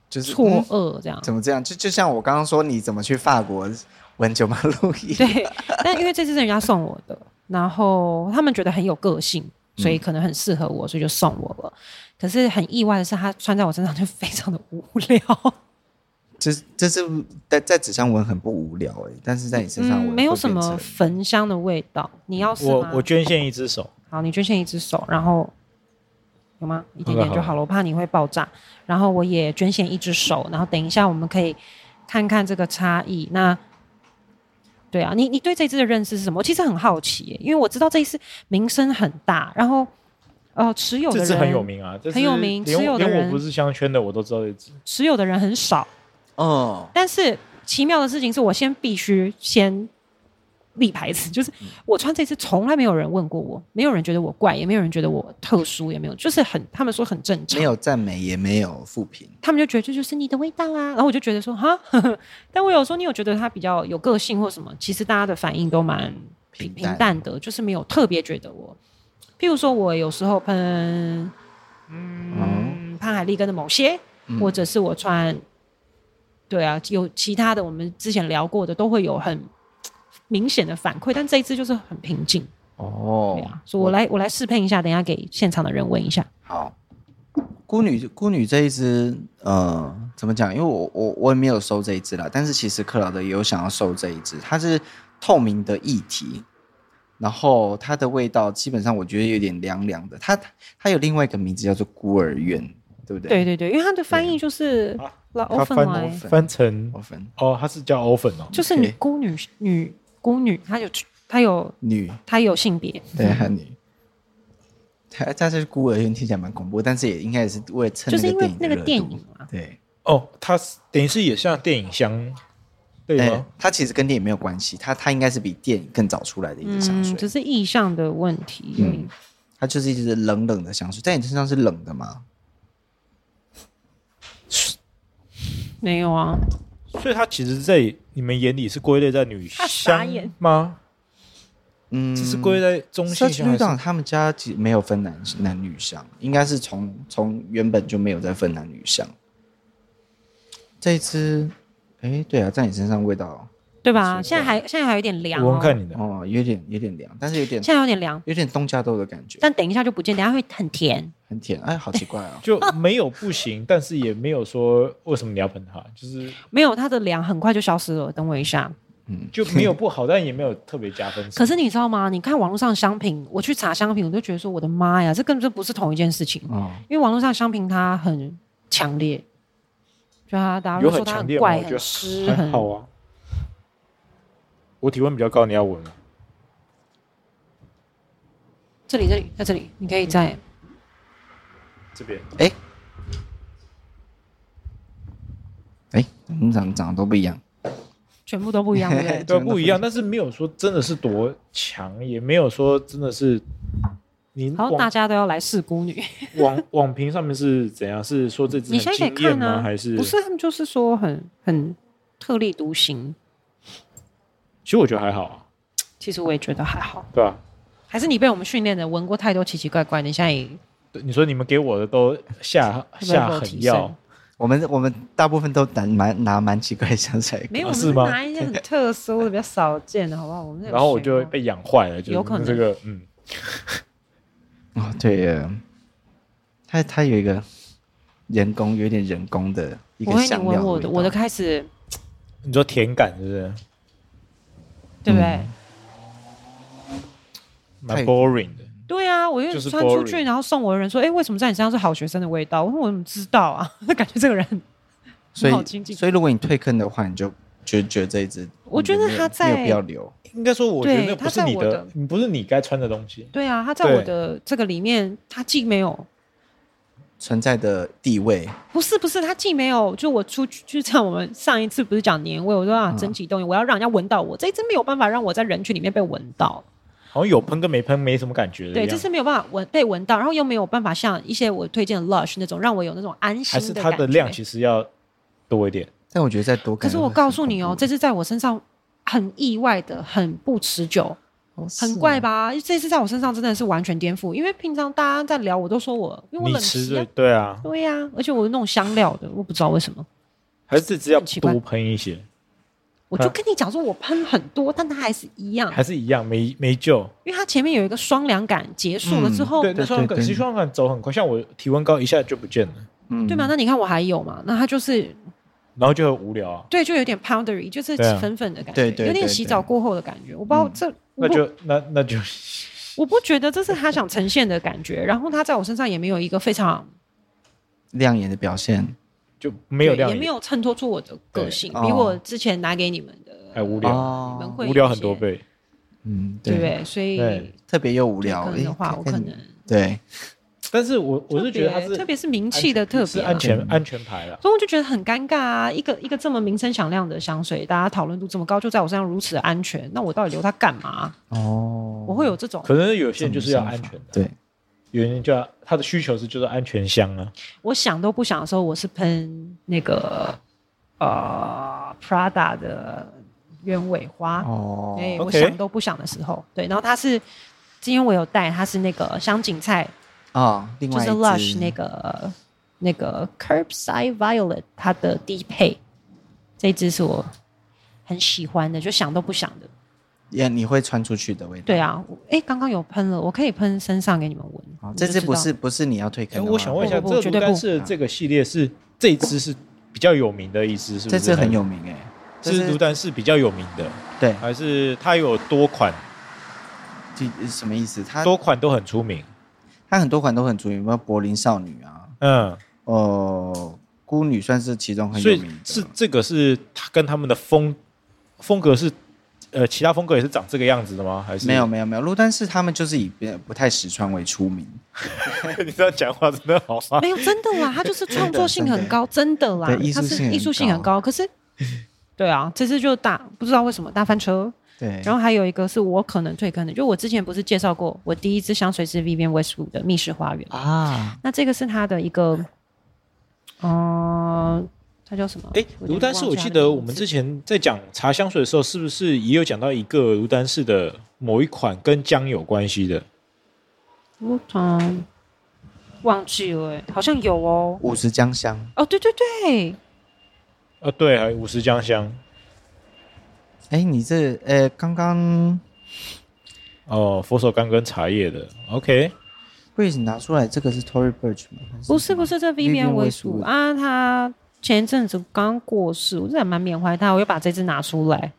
S2: 就是
S4: 错
S2: 嗯
S4: 愕，这样、
S2: 怎么这样？就就像我刚刚说，你怎么去法国闻九马路易？ *laughs*
S4: 对，但因为这次是人家送我的，然后他们觉得很有个性，所以可能很适合我，所以就送我了。可是很意外的是，它穿在我身上就非常的无聊，
S2: 这这是在在纸上闻很不无聊哎、但是在你身上闻、
S4: 嗯，没有什么焚香的味道。你要是
S1: 我
S4: 吗
S1: 我捐献一只手，
S4: 好，你捐献一只手，然后有吗？一点点就
S1: 好
S4: 好了，我怕你会爆炸。然后我也捐献一只手，然后等一下我们可以看看这个差异。那对啊，你你对这只的认识是什么？我其实很好奇耶、因为我知道这一只名声很大，然后呃，持有的
S1: 这
S4: 人
S1: 只很有，名啊，这只
S4: 很有名
S1: 连
S4: 持有
S1: 我
S4: 的
S1: 连
S4: 人
S1: 我不是香圈的我都知道这只。
S4: 持有的人很少。
S2: 哦，
S4: 但是奇妙的事情是我先必须先立牌子，就是
S1: 嗯
S4: 我穿这次从来没有人问过我，没有人觉得我怪，也没有人觉得我特殊，也没有，就是很他们说很正常
S2: 没。有赞美也没有负评，
S4: 他们就觉得这就是你的味道啊，然后我就觉得说哈， *laughs* 呵呵但我有时候你有觉得它比较有个性或什么，其实大家的反应都蛮平
S2: 平淡
S4: 平淡的，就是没有特别觉得我。譬如说我有时候喷，嗯，潘海利根的某些，
S2: 嗯
S4: 或者是我穿，对啊，有其他的我们之前聊过的都会有很明显的反馈，但这一支就是很平静，
S2: 哦
S4: 对啊，所以我来我来试喷一下，等一下给现场的人闻一下，
S2: 好，孤女孤女这一支，呃，怎么讲？因为我我我也没有收这一支啦，但是其实克劳德也有想要收这一支，它是透明的液体，然后它的味道基本上我觉得有点凉凉的，它它有另外一个名字叫做孤儿院，对不对？
S4: 对对对，因为它的翻译就是
S1: 啊
S4: 老
S1: 它
S4: 欧芬来
S1: 翻。翻成
S2: 我分
S1: 哦，它是叫 open 哦，
S4: 就是你
S2: OK
S4: 孤女女孤女，她有她有
S2: 女，
S4: 她有性别，
S2: 对，还有女。它它是孤儿院，听起来蛮恐怖，但是也应该也是为了蹭
S4: 就是
S2: 那
S4: 因
S2: 个电影的
S4: 为那个
S2: 热
S4: 电
S2: 度
S4: 影啊嘛。
S2: 对，
S1: 哦，它是等于是也像电影香，对
S2: 哎、
S1: 吗？
S2: 它其实跟电影没有关系，它它应该是比电影更早出来的一支香水。
S4: 嗯，只是意向的问题。
S2: 嗯它就是一直冷冷的香水，在你身上是冷的吗？
S4: 没有啊，
S2: 哎
S1: 所以它其实，在你们眼里是归类在女
S4: 他傻
S1: 香
S4: 眼
S1: 吗？
S2: 嗯，
S1: 只是归类在中性
S2: 社区绿
S1: 香还
S2: 党
S1: 是？
S2: 他们家其实没有分男男女香，应该是从从原本就没有再分男女香。这一支，哎，对啊，在你身上味道
S4: 对吧？
S2: 奇怪
S4: 现在还现在还有点凉、
S1: 我
S4: 哦
S1: 闻，看你的，
S2: 哦，有点有点凉，但是有点
S4: 现在有点凉，
S2: 有点东加豆的感觉，
S4: 但等一下就不见，等一下会很甜。
S2: 很甜。哎，好奇怪啊、
S1: 就没有不行， *laughs* 但是也没有说为什么你要喷它，就是
S4: 没有，它的凉很快就消失了。等我一下。
S2: 嗯，
S1: 就没有不好，但也没有特别加分。
S4: 可是你知道吗？你看网络上商品，我去查商品，我就觉得说，我的妈呀，这根本就不是同一件事情。
S2: 哦，
S4: 因为网络上商品它很强烈，就它大家
S1: 有
S4: 都
S1: 很
S4: 说它
S1: 强
S4: 很
S1: 烈吗？
S4: 怪、
S1: 我觉
S4: 很
S1: 得
S4: 湿、
S1: 还
S4: 很
S1: 好啊。我体温比较高，你要闻吗？啊
S4: 这里，这里，在这里，你可以在
S1: 这边
S2: 哎，我们长长得都不一样，
S4: 全部都不一 *laughs* 样，对不
S1: 啊
S4: 对？
S1: 对不一样，但是没有说真的是多强，也没有说真的是你
S4: 好像
S1: 网
S4: 大家都要来试孤女，
S1: 网网评上面是怎样？是说这只
S4: 你
S1: 很
S4: 现在可以
S1: 惊艳
S4: 看
S1: 吗？
S4: 啊，
S1: 还是
S4: 不是？他们就是说很很特立独行。
S1: 其实我觉得还好啊，
S4: 其实我也觉得还好，
S1: 对啊吧、
S4: 还是你被我们训练的闻过太多奇奇怪怪，你现在也
S1: 对你说你们给我的都下
S4: 会不会
S1: 下
S4: 有
S1: 狠
S4: 提
S1: 药
S4: 升，？
S2: 我们我们大部分都拿蛮拿蛮奇怪的香菜，
S4: 没有，
S1: 啊
S4: 我们
S1: 是
S4: 是
S1: 吗
S4: 拿一些很特殊的、比较少见的，好不好？我们那个
S1: 然后我就
S4: 水果
S1: 被养坏了，就是
S4: 有可能
S1: 这个嗯，
S2: 哦，对耶，它它有一个人工有点人工的一
S4: 我
S2: 个
S4: 会你
S2: 香料
S4: 闻我的，
S2: 味道
S4: 我的开始，
S1: 你说甜感是不是
S4: 对不对？
S1: 蛮
S2: 太
S1: boring 的？
S4: 对啊，我
S1: 就
S4: 又
S1: 是
S4: 穿出
S1: boring
S4: 去，然后送我的人说：“哎，为什么在你身上是好学生的味道？”我说：“我怎么知道啊？” *laughs* 感觉这个人很
S2: 所
S4: 好
S2: 以
S4: 亲近。
S2: 所以如果你退坑的话，你就就觉得这一只，
S4: 我觉得
S2: 你没有
S4: 它在
S2: 没有必要留。
S1: 应该说，我觉得
S4: 对
S1: 那不
S4: 它
S1: 是
S4: 在
S1: 你
S4: 我
S1: 的
S4: 的，
S1: 你不是你该穿的东西。
S4: 对啊，他在
S1: 对
S4: 我的这个里面，他既没有，
S2: 存在的地位，
S4: 不是不是，他既没有，就我出去，就像我们上一次不是讲年味，我说啊，
S2: 嗯
S4: 整体动员，我要让人家闻到我，这一真没有办法让我在人群里面被闻到。
S1: 好像有喷跟没喷没什么感觉的
S4: 对，
S1: 样
S4: 这
S1: 子
S4: 是没有办法闻被闻到，然后又没有办法像一些我推荐的 Lush 那种让我有那种安
S1: 还
S4: 心
S1: 是
S4: 的
S1: 它
S4: 感觉
S1: 的量其实要多一点。
S2: 但我觉得再多
S4: 可
S2: 感
S4: 是
S2: 觉会
S4: 我
S2: 很恐怖。
S4: 告诉你哦，这次在我身上很意外的，很不持久，
S2: 哦是
S4: 很
S2: 哦
S4: 怪吧？这次在我身上真的是完全颠覆，因为平常大家在聊，我都说我因为我
S1: 你
S4: 冷
S1: 吃
S4: 食、
S1: 对
S4: 啊，
S1: 对啊，
S4: 对呀、而且我那种香料的，我不知道为什么，
S1: 还是这只要
S4: 很奇怪
S1: 多喷一些，
S4: 我就跟你讲说我喷很多，但它还是一样，
S1: 嗯还是一样没没救。
S4: 因为它前面有一个双凉感结束了之后，
S1: 嗯对，那
S2: 对
S1: 双氧感，
S2: 对
S1: 其实双氧感走很快，像我体温高一下就不见了，
S2: 嗯
S4: 对吗？？那你看我还有嘛？那它就是
S1: 然后就很无聊啊。
S4: 对，就有点 powdery，就是
S1: 对啊嗯
S4: 粉粉的感觉，
S2: 对对
S4: 有点
S2: 对
S4: 洗
S2: 对
S4: 澡过后的感觉。我不知道这，
S1: 那
S4: 我不
S1: 就那那
S4: *laughs*
S1: 就
S4: 我不觉得这是他想呈现的感觉。然后他在我身上也没有一个非常
S2: 亮眼的表现，
S1: 就没有
S4: 对
S1: 亮
S4: 也没
S1: 眼，
S4: 有衬托出我的个性，
S2: 对
S4: 比
S2: 哦
S4: 我之前拿给你们的
S1: 哎，无聊，
S4: 你们
S2: 哦，
S4: 会
S1: 无聊
S4: 有一
S1: 很多
S4: 些，
S1: 倍。
S2: 嗯，
S4: 对不，对？所以
S1: 对
S2: 特别又无
S4: 对
S2: 聊。
S4: 可能的
S2: 诶
S4: 话，
S2: 看
S4: 我
S2: 看
S4: 可
S2: 你
S4: 能
S2: 对，
S1: 但是我我是
S4: 特
S1: 觉得
S4: 别
S1: 它是
S4: 特别是名气的
S1: 安全
S4: 特
S1: 是
S4: 别啊
S1: 安全
S2: 嗯
S1: 安全牌了。
S4: 所以我就觉得很尴尬啊！一个一个这么名声响亮的香水，大家讨论度这么高，就在我身上如此的安全，那我到底留它干嘛？
S2: 哦
S4: 我会有这种，
S1: 可能有些
S2: 这
S1: 人
S2: 种
S1: 就是要
S2: 想
S1: 安
S2: 法
S1: 全的，
S2: 对，
S1: 有人就要他的需求是就是安全箱啊。
S4: 我想都不想的时候，我是喷那个呃 Prada 的鸢尾花。
S2: 哦，
S4: 对，我
S1: OK
S4: 想都不想的时候，对，然后它是今天我有带，它是那个香芹菜，
S2: 啊，另
S4: 就
S2: 外一
S4: 是
S2: 只
S4: Lush 那个那个 Curbside Violet 它的低配，这一支是我很喜欢的，就想都不想的。
S2: 也你会穿出去的味道。
S4: 对啊，我哎，刚刚有喷了，我可以喷身上给你们闻。
S2: 哦，
S4: 啊你
S2: 这
S4: 就
S2: 只
S4: 知
S2: 不
S4: 道
S2: 是不是你要退
S1: 哎，
S2: 坑的吗？
S1: 我想问一下，
S4: 不
S1: 这
S4: 不不
S1: 个
S4: 绝
S1: 卢
S4: 对
S1: 丹
S4: 不
S1: 氏的这个系列是这一支是比较有名的一支，是不
S2: 这
S1: 是？
S2: 只很有名哎，这
S1: 是卢
S2: 只
S1: 丹氏比较有名的，
S2: 对，
S1: 还是它有多款？
S2: 第什么意思？它
S1: 多款都很出名。
S2: 它很多款都很出名，有没有柏林少女啊？
S1: 嗯，
S2: 哦，孤女算是其中很
S1: 所
S2: 有
S1: 以
S2: 名的，
S1: 是这个是它跟他们的风风格是呃，其他风格也是长这个样子的吗？还是
S2: 没有？没有没有，鹿丹是他们就是以不不太实穿为出名，
S1: *laughs* 你这样讲话真的好啊吗？
S4: 没有真的啦，它就是创作性
S2: 真
S4: 很
S2: 的
S4: 高，真的啦，
S2: 对艺术
S4: 它
S2: 性
S4: 是
S2: 很
S4: 艺术性很高。可是，对啊，这次就大不知道为什么大翻车，
S2: 对，
S4: 然后还有一个是我可能退坑的，就我之前不是介绍过，我第一支香水是 Vivienne Westwood 的密室花园，
S2: 啊，
S4: 那这个是它的一个，呃，它叫什么？
S1: 哎，
S4: 有点
S1: 卢丹氏，
S4: 忘
S1: 我
S4: 记
S1: 记
S4: 它的
S1: 得
S4: 名
S1: 我们
S4: 字
S1: 之前在讲茶香水的时候，是不是也有讲到一个卢丹氏的某一款跟姜有关系的？
S4: 我嗯忘记了、欸，好像有哦，
S2: 五十江香，
S4: 哦，对对对，
S1: 呃，对，还有五十姜香
S2: 哎，你这呃刚刚
S1: 哦，佛手柑跟茶叶的。OK，
S2: 为什么拿出来这个是 Tory Burch 吗？还
S4: 不是不是，这 Vivienne
S2: Vivienne
S4: Westwood
S2: Westwood
S4: 啊，他前一阵子刚过世，我真的蛮缅怀他，我又把这支拿出来，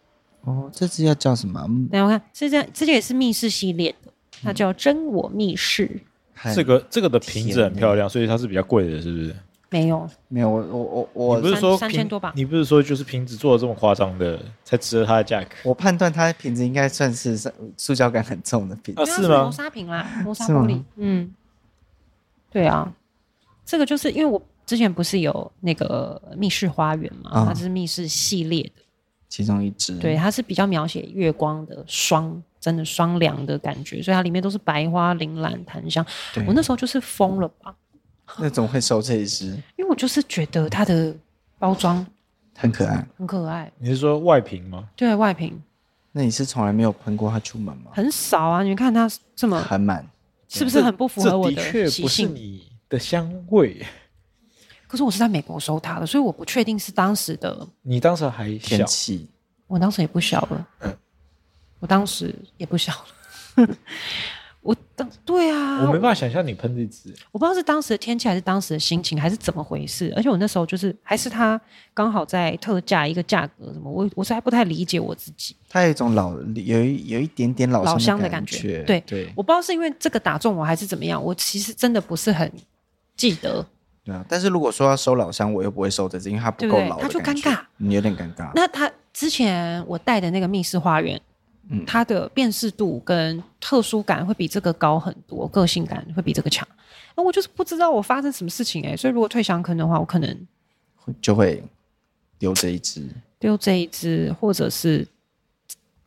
S2: 哦，这只要叫什么？嗯
S4: 等一下我看，这件这件也是密室系列的，它叫真我密室。
S2: 很
S1: 这个这个的瓶子
S2: 甜
S1: 很漂亮，所以它是比较贵的，是不是？
S4: 没
S1: 啊
S4: 有，
S2: 没有我我我
S1: 你不
S2: 我
S1: 是说
S4: 三
S1: 瓶
S4: 千多吧
S1: 你不是说就是瓶子做的这么夸张的，才值得它的价格？啊
S2: 我判断它的瓶子应该算是塑胶感很重的瓶
S1: 啊是
S2: 子，
S4: 没有它
S1: 吗
S4: 磨砂瓶啦，磨砂
S2: 是吗
S4: 玻璃。嗯，对啊，这个就是因为我之前不是有那个密室花园嘛，
S2: 啊
S4: 它是密室系列的，
S2: 其中一只。
S4: 对，它是比较描写月光的霜真的双凉的感觉，所以它里面都是白花、铃兰、檀香。
S2: 对
S4: 我那时候就是疯了吧，
S2: 那怎么会收这一支？
S4: 因为我就是觉得它的包装
S2: 很可爱。
S4: 很可爱，
S1: 你是说外屏吗？
S4: 对外瓶
S2: 那你是从来没有喷过它出门吗？
S4: 很少啊。你看它这么
S2: 很满，
S4: 是不是很不符合我
S1: 这确
S4: 习
S1: 不是
S4: 性？
S1: 你的香味。
S4: 可是我是在美国收它的，所以我不确定是当时的，
S1: 你当时还小
S2: 天，气
S4: 我当时也不小了，我当时也不小了，我当对啊，
S1: 我没办法想象你喷这支。
S4: 我不知道是当时的天气，还是当时的心情，还是怎么回事。而且我那时候就是，还是他刚好在特价一个价格什么，我我是还不太理解我自己。
S2: 它有一种老有一有一点点老
S4: 老
S2: 乡
S4: 乡的
S2: 感
S4: 感
S2: 觉
S4: 觉。对
S2: 对
S4: 我不知道是因为这个打中我，还是怎么样。我其实真的不是很记得。
S2: 对啊！但是如果说要收老乡，我又不会收这支，因为它不
S4: 对不
S2: 够
S4: 对
S2: 老的
S4: 它
S2: 感觉，
S4: 就尴尬
S2: 嗯，有点尴尬。
S4: 那他之前我带的那个密室花园，
S2: 嗯
S4: 它的辨识度跟特殊感会比这个高很多，个性感会比这个强。那我就是不知道我发生什么事情哎、所以如果退香坑的话，我可能
S2: 会就会丢这一支
S4: 丢这一支，或者是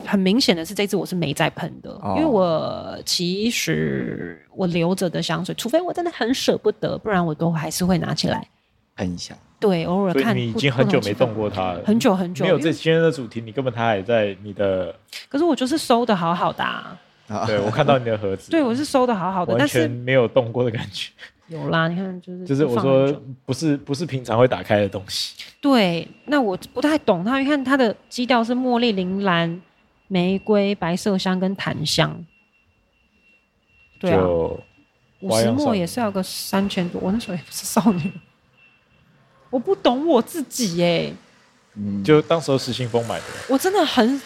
S4: 很明显的是这支我是没在喷的，
S2: 哦
S4: 因为我其实我留着的香水，除非我真的很舍不得，不然我都还是会拿起来。
S2: 喷一下。
S4: 对，偶尔
S1: 所以
S4: 看不。
S1: 你已经很久没动过
S4: 过，
S1: 它了，
S4: 很久很久。
S1: 没有
S4: 因
S1: 这
S4: 为
S1: 今天的主题，你根本它还在你的，
S4: 可是我就是收的好好的、啊，
S2: 啊
S1: 对我看到你的盒子，
S4: 对我是收的好好的，
S1: 完
S4: 但
S1: 全
S4: 是
S1: 没有动过的感觉，
S4: 有啦，你看就是
S1: 就是我
S4: 放很
S1: 说
S4: 久
S1: 不是不是平常会打开的东西，
S4: 对，那我不太懂它，因为看它的基调是茉莉、铃兰、玫瑰、白麝香跟檀香。对啊，
S1: 就
S4: 五十末也是要个三千多，我那时候也不是少女，我不懂我自己耶、
S2: 嗯，
S1: 就当时候石信峰买的，
S4: 我真的很，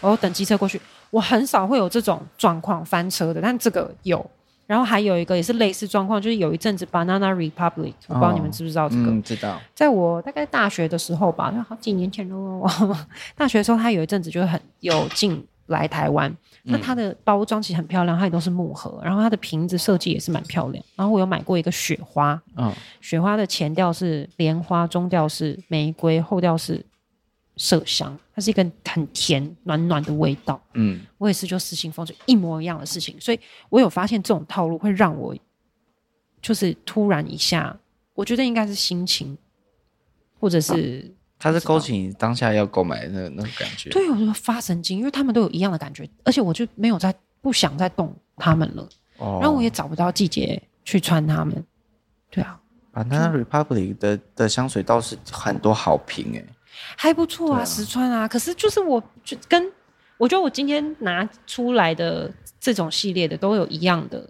S4: 我要等机车过去，我很少会有这种状况翻车的，但这个有。然后还有一个也是类似状况，就是有一阵子 Banana Republic，我不知道你们知不知道这个，
S2: 嗯，知道。
S4: 在我大概大学的时候吧，那好几年前喽。 *laughs* 大学的时候，它有一阵子就很有进来台湾，那它的包装其实很漂亮，它也都是木盒，然后它的瓶子设计也是蛮漂亮。然后我有买过一个雪花，
S2: 嗯，
S4: 雪花的前调是莲花，中调是玫瑰，后调是麝香，它是一个很甜暖暖的味道。
S2: 嗯，
S4: 我也是就私信风水一模一样的事情，所以我有发现这种套路会让我就是突然一下，我觉得应该是心情，或者是
S2: 它是勾起你当下要购买的那那种感觉。
S4: 对我就发神经，因为他们都有一样的感觉，而且我就没有再不想再动他们了，
S2: 哦，
S4: 然后我也找不到季节去穿他们，对啊，
S2: Banana Republic 的的香水倒是很多好评哎，
S4: 还不错
S2: 对啊
S4: 啊，实穿啊。可是就是我就跟我觉得我今天拿出来的这种系列的都有一样的，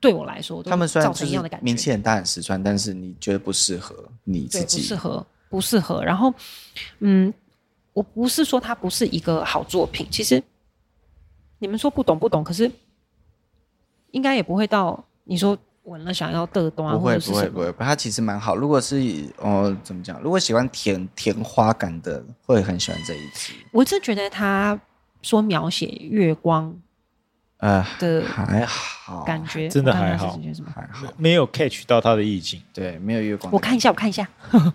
S4: 对我来说，都
S2: 他们虽然
S4: 造
S2: 就
S4: 成
S2: 是
S4: 一样的感觉，
S2: 名气很大很实穿，但是你觉得不适合你自
S4: 对不
S2: 己，
S4: 适合，不适合。然后，嗯，我不是说它不是一个好作品，其实你们说不懂不懂，可是应该也不会到你说闻了想要得端
S2: 不
S4: 或
S2: 会
S4: 者
S2: 不
S4: 是
S2: 会
S4: 什
S2: 不
S4: 么。
S2: 会，它其实蛮好。如果是哦怎么讲，如果喜欢甜甜花感的，会很喜欢这一支。
S4: 我真觉得他说描写月光
S2: 呃，
S4: 的
S2: 还好，
S4: 感觉，
S1: 真的
S4: 我看
S1: 还
S4: 到是
S1: 好
S4: 这些什么
S2: 还好，
S1: 没有 catch 到它的意境，
S2: 对，没有月光的感觉。
S4: 我看一下，我看一下，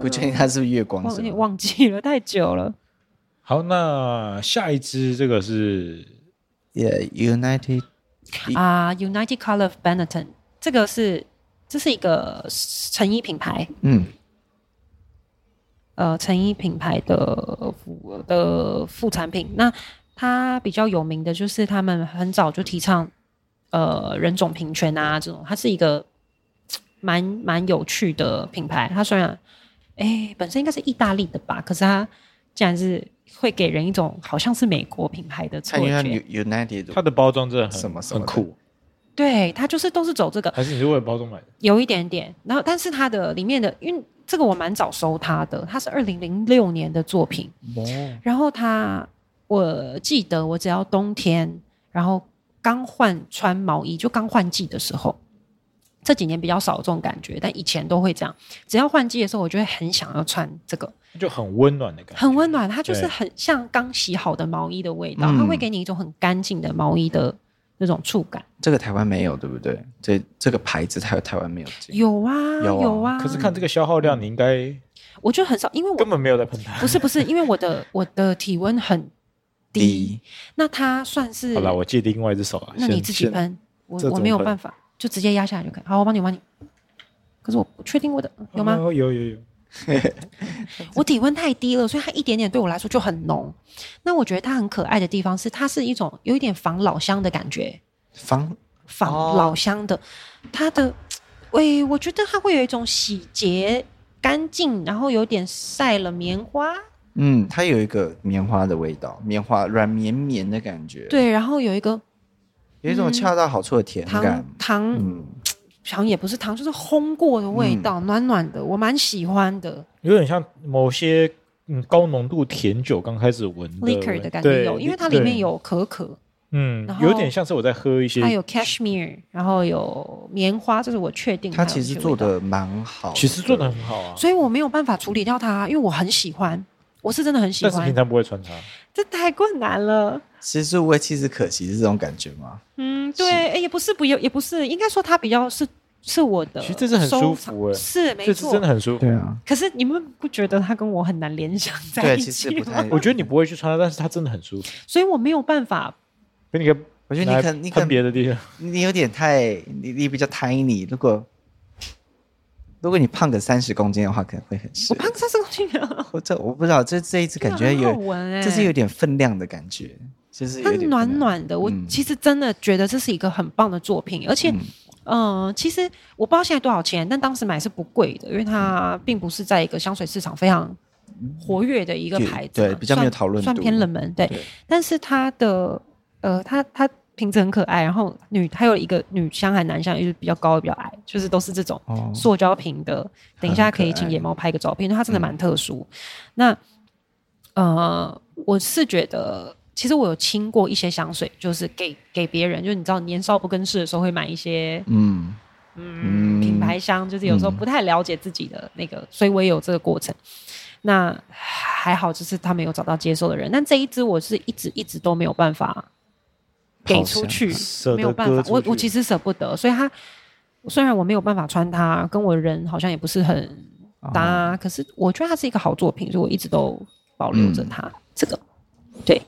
S2: 不确定它是不是月光
S4: 我有
S2: 是
S4: 点
S2: 吗？
S4: 忘记了，太久了。
S1: 好，那下一支这个是
S2: 也 United 一
S4: 啊、u n i t e d Color of Benetton，这个是这是一个成衣品牌，
S2: 嗯
S4: 呃，成衣品牌的副的副产品。那它比较有名的就是他们很早就提倡呃人种平权啊这种，它是一个嘖蛮蛮有趣的品牌。它虽然哎本身应该是意大利的吧，可是它竟然是会给人一种好像是美国品牌的错
S2: 看因为它
S4: 觉。
S2: United
S1: 它的包装真的很
S2: 什么什么
S1: 很
S2: 的
S1: 酷，
S4: 对，它就是都是走这个，
S1: 还是你是为了包装买的？
S4: 有一点点。然后，但是它的里面的，因为这个我蛮早收它的，它是二零零六年的作品。
S2: 哦，
S4: 然后它，我记得我只要冬天，然后刚换穿毛衣，就刚换季的时候，这几年比较少有这种感觉，但以前都会这样。只要换季的时候，我就会很想要穿这个，
S1: 就很温暖的感觉，
S4: 很温暖。它就是
S1: 对
S4: 很像刚洗好的毛衣的味道，
S2: 嗯
S4: 它会给你一种很干净的毛衣的那种触感。
S2: 这个台湾没有对不对？这这个牌子台台湾没有进，
S4: 有啊，
S2: 有啊
S4: 啊。嗯
S1: 可是看这个消耗量，你应该
S4: 我就很少，因为我
S1: 根本没有在喷它。
S4: 不是不是，因为我的我的体温很低，那它算是
S1: 好了，我借另外一只手啊。
S4: 那
S1: 先
S4: 你自己
S1: 先
S4: 喷，我
S1: 这怎
S4: 我
S1: 么
S4: 没有
S1: 喷
S4: 办法，就直接压下来就可以。好，我帮你，我帮你。可是我不确定我的有吗？
S1: 哦有有有，
S4: 我体温太低了，所以它一点点对我来说就很浓。那我觉得它很可爱的地方是，它是一种有一点仿老香的感觉，
S2: 防
S4: 仿
S2: 哦
S4: 老香的，它的，喂、我觉得它会有一种洗洁、干净，然后有点晒了棉花，
S2: 嗯，它有一个棉花的味道，棉花软绵绵的感觉，，
S4: 对，然后有一个
S2: 有一种恰到好处的甜
S4: 糖
S2: 感，
S4: 糖，
S2: 嗯，
S4: 好像也不是糖，就是烘过的
S1: 嗯
S4: 味道，暖暖的，我蛮喜欢的。
S1: 有点像某些嗯高浓度甜酒刚开始闻的
S4: liquor
S1: 味
S4: 的感觉有，
S1: 对
S4: 因为它里面
S1: 对
S4: 有可可，
S1: 嗯
S4: 然，后
S1: 有点像是我在喝一些
S4: 它有 cashmere，然后有棉花，这是我确定
S2: 它
S4: 有
S2: 其
S4: 这
S2: 实
S4: 个
S2: 做
S4: 味道
S2: 的蛮好，
S1: 其实做的很好啊，
S4: 所以我没有办法处理掉它，因为我很喜欢，我是真的很喜
S1: 但是
S4: 欢
S1: 平，常不会穿它。
S4: 这太困难了。
S2: 其实我也其实可惜是这种感觉吗？
S4: 嗯，对，诶也不是不要，也不是，应该说它比较是是我的收藏，
S1: 其实这是很舒服诶
S4: 是没
S1: 这次
S4: 错
S1: 真的。很舒服。
S2: 啊，
S4: 可是你们不觉得它跟我很难联想在
S2: 对，
S4: 一
S2: 其
S4: 起
S2: 实不
S4: 吗？
S2: 太，
S1: *laughs* 我觉得你不会去穿它，但是它真的很舒服。
S4: 所以我没有办法，
S1: 跟你个，
S2: 我觉得你可你可
S1: 看别的地方，
S2: 你有点太，你你比较 tiny。如果如果你胖个三十公斤的话，可能会很适
S4: 我
S2: 合
S4: 胖三十公斤了，
S2: 我这我不知道，这这一次感觉
S4: 真的 *laughs* 很好
S2: 有，
S4: 闻哎、
S2: 这是有点分量的感觉，就是有
S4: 它
S2: 点分
S4: 暖
S2: 量。
S4: 暖的，我
S2: 嗯
S4: 其实真的觉得这是一个很棒的作品，而且，嗯、其实我不知道现在多少钱，但当时买是不贵的，因为
S2: 嗯
S4: 它并不是在一个香水市场非常活跃的一个
S2: 对
S4: 牌子嘛，
S2: 对比较没有讨论
S4: 算，
S2: 度
S4: 算偏冷门，对。
S2: 对
S4: 但是它的，呃，它它瓶子很可爱，然后女还有一个女香还男香，就是比较高比较矮，就是都是这种
S2: 哦
S4: 塑胶瓶的。等一下可
S2: 很
S4: 以
S2: 可
S4: 请
S2: 爱嗯
S4: 野猫拍个照片，因为它真的蛮特殊。那呃，我是觉得，其实我有清过一些香水，就是给给别人，就是你知道年少不更事的时候会买一些
S2: 嗯
S4: 嗯品牌香，就是有时候
S2: 嗯
S4: 不太了解自己的那个，所以我也有这个过程。那还好，就是他没有找到接受的人。但这一支我是一直一直都没有办法给
S2: 好
S4: 出
S2: 香
S4: 去，
S1: 舍
S4: 没
S1: 得
S4: 有办
S1: 割
S4: 法，
S1: 出
S4: 我
S1: 去
S4: 我其实舍不得，所以它虽然我没有办法穿它，跟我人好像也不是很搭，
S1: 啊
S4: 可是我觉得它是一个好作品，所以我一直都保留
S1: 嗯
S4: 着它。这个对，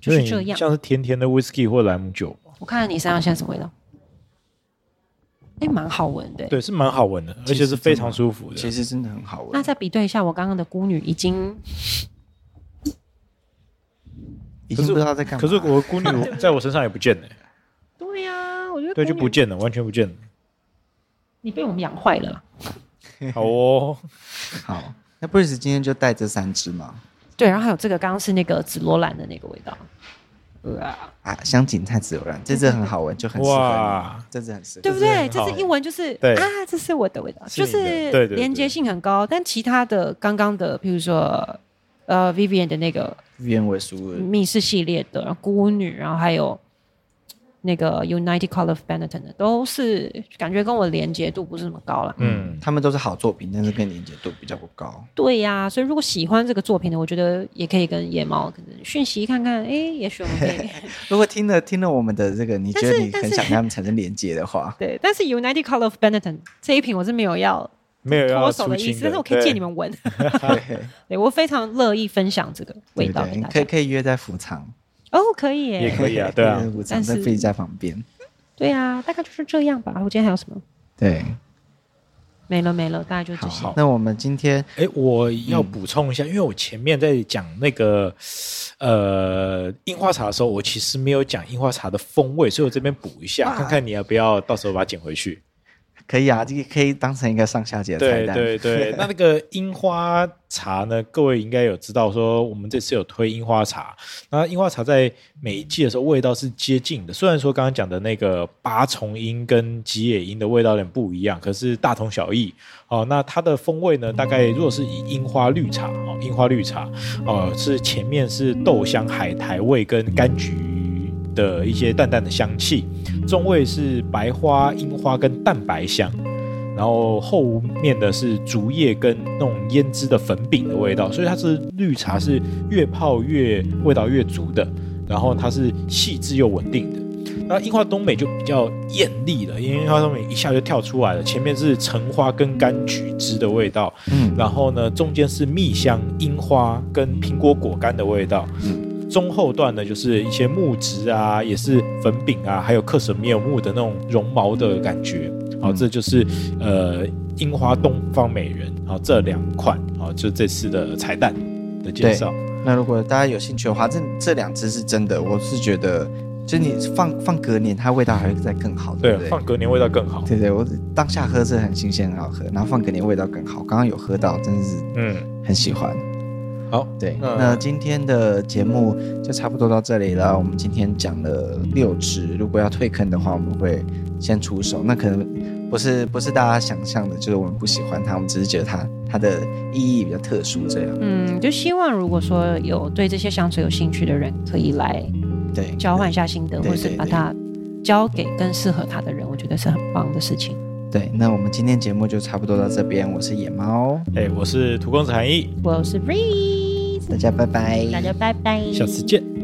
S4: 就是这
S1: 有点
S4: 样。
S1: 像是甜甜的 whisky 或莱姆酒吧，
S4: 我看看你身上现在什么味道？哎，蛮好闻的。
S1: 对，是蛮好闻的，而
S2: 其实
S1: 且是非
S2: 真
S1: 常
S2: 的
S1: 舒服的。
S2: 其实真的很好
S4: 那
S2: 闻，
S4: 再比对一下，我刚刚的孤女已经
S2: 已经不知道在干嘛。
S1: 可是我姑女我
S4: *laughs*
S1: 在我身上也不见了，
S4: 对呀、我觉得
S1: 对，
S4: 孤
S1: 就
S4: 女
S1: 不见了，完全不
S4: *laughs*
S1: 见了。
S4: 你被我们养坏了啦。
S1: 好哦，
S2: 好，那 Bruce 今天就带这三支嘛，
S4: 对，然后还有这个，刚刚是那个紫罗兰的那个味道。
S2: 啊，香芹菜紫罗兰，这支很好闻，就很适合你
S1: 哇，
S2: 这支很适合
S4: 对不
S2: 你。
S4: 对？
S1: 这是
S4: 这
S1: 很好
S4: 是一闻就是
S1: 对
S4: 啊，这是我的味道，
S1: 是
S4: 就
S1: 你的
S4: 是
S1: 对对对
S4: 连接性很高。但其他的刚刚的，比如说呃，Vivian 的那个
S2: 鸢尾酥味
S4: 密室系列的，然后孤女，然后还有那个 United Color of Benetton 的，都是感觉跟我连接度不是那么高了。
S1: 嗯，
S2: 他们都是好作品，但是跟连接度比较不高。
S4: 对呀、所以如果喜欢这个作品的，我觉得也可以跟野猫可能讯息看看，哎，也许我们
S1: *laughs*
S4: 可以。
S2: 如果听了听了我们的这个，你觉得你
S4: 但是
S2: 很想跟他们产生连接的
S4: *laughs*
S2: 话，
S4: 对，但是 United Color of Benetton 这一瓶我是没有要
S1: 没有要
S4: 脱手
S1: 出
S4: 的意
S1: 清
S4: 思，但是我可以借你们闻。
S2: 对
S4: 对我非常乐意分享这个味
S2: 对
S4: 道给
S2: 对，
S4: 大
S2: 可以
S4: 家。
S2: 可以约在福场，
S4: 哦，可以
S1: 对也
S4: 耶，
S1: 可
S4: *laughs*
S1: 以啊，对啊
S2: 约，在福场
S4: 但是
S2: 在自己家旁边，
S4: 对啊，大概就是这样吧。我今天还有什么？
S2: 对，
S4: 没了没了，大概就这些。
S1: 好
S2: 那我们今天
S1: 哎，我要补充一下，因为我前面在讲那个呃樱花茶的时候，我其实没有讲樱花茶的风味，所以我这边补一下，
S2: 哇
S1: 看看你要不要到时候把它捡回去。
S2: 可以啊，这个可以当成一个上下节的菜
S1: 对
S2: 单，
S1: 对对，
S2: *laughs*
S1: 那那个樱花茶呢？各位应该有知道，说我们这次有推樱花茶。那樱花茶在每一季的时候味道是接近的，虽然说刚刚讲的那个八重樱跟吉野樱的味道有点不一样，可是大同小异。哦，那它的风味呢，大概如果是以樱花绿茶哦，樱花绿茶哦，是前面是豆香海苔味跟柑橘的一些淡淡的香气，中味是白花、樱花跟蛋白香。然后后面的是竹叶跟那种胭脂的粉饼的味道，所以它是绿茶是越泡越味道越足的，然后它是细致又稳定的。那樱花东北就比较艳丽了，因为樱花东北一下就跳出来了，前面是橙花跟柑橘汁的味道，
S2: 嗯，嗯
S1: 然后呢，中间是蜜香、樱花跟苹果果干的味道。中后段呢，就是一些木质啊，也是粉饼啊，还有克什米尔木的那种绒毛的感觉。
S2: 嗯
S1: 好，这就是呃樱花东方美人，好这两款，好就这次的彩蛋的介绍。
S2: 那如果大家有兴趣的话，这这两只是真的，我是觉得，就你放放隔年，它味道还会再更好，
S1: 对啊
S2: 不，对？
S1: 放隔年味道更好。
S2: 对对，我当下喝是很新鲜，很好喝，然后放隔年味道更好。刚刚有喝到，真的是
S1: 嗯，
S2: 很喜欢。
S1: 好，
S2: 对，
S1: 那
S2: 那今天的节目就差不多到这里了。我们今天讲了六支，如果要退坑的话，我们会先出手。那可能不是不是大家想象的，就是我们不喜欢它，我们只是觉得它它的意义比较特殊这样。
S4: 嗯，就希望如果说有对这些香水有兴趣的人，可以来
S2: 对，
S4: 交换一下心得，
S2: 对
S4: 或是
S2: 对
S4: 把
S2: 对
S4: 它交给更适合他的人，我觉得是很棒的事情。
S2: 对。那我们今天节目就差不多到这边，我是野猫，
S1: 哎、我是土公子韩毅，
S4: 我是 Bree，
S2: 大家拜拜，
S4: 大家拜拜，
S1: 下次见。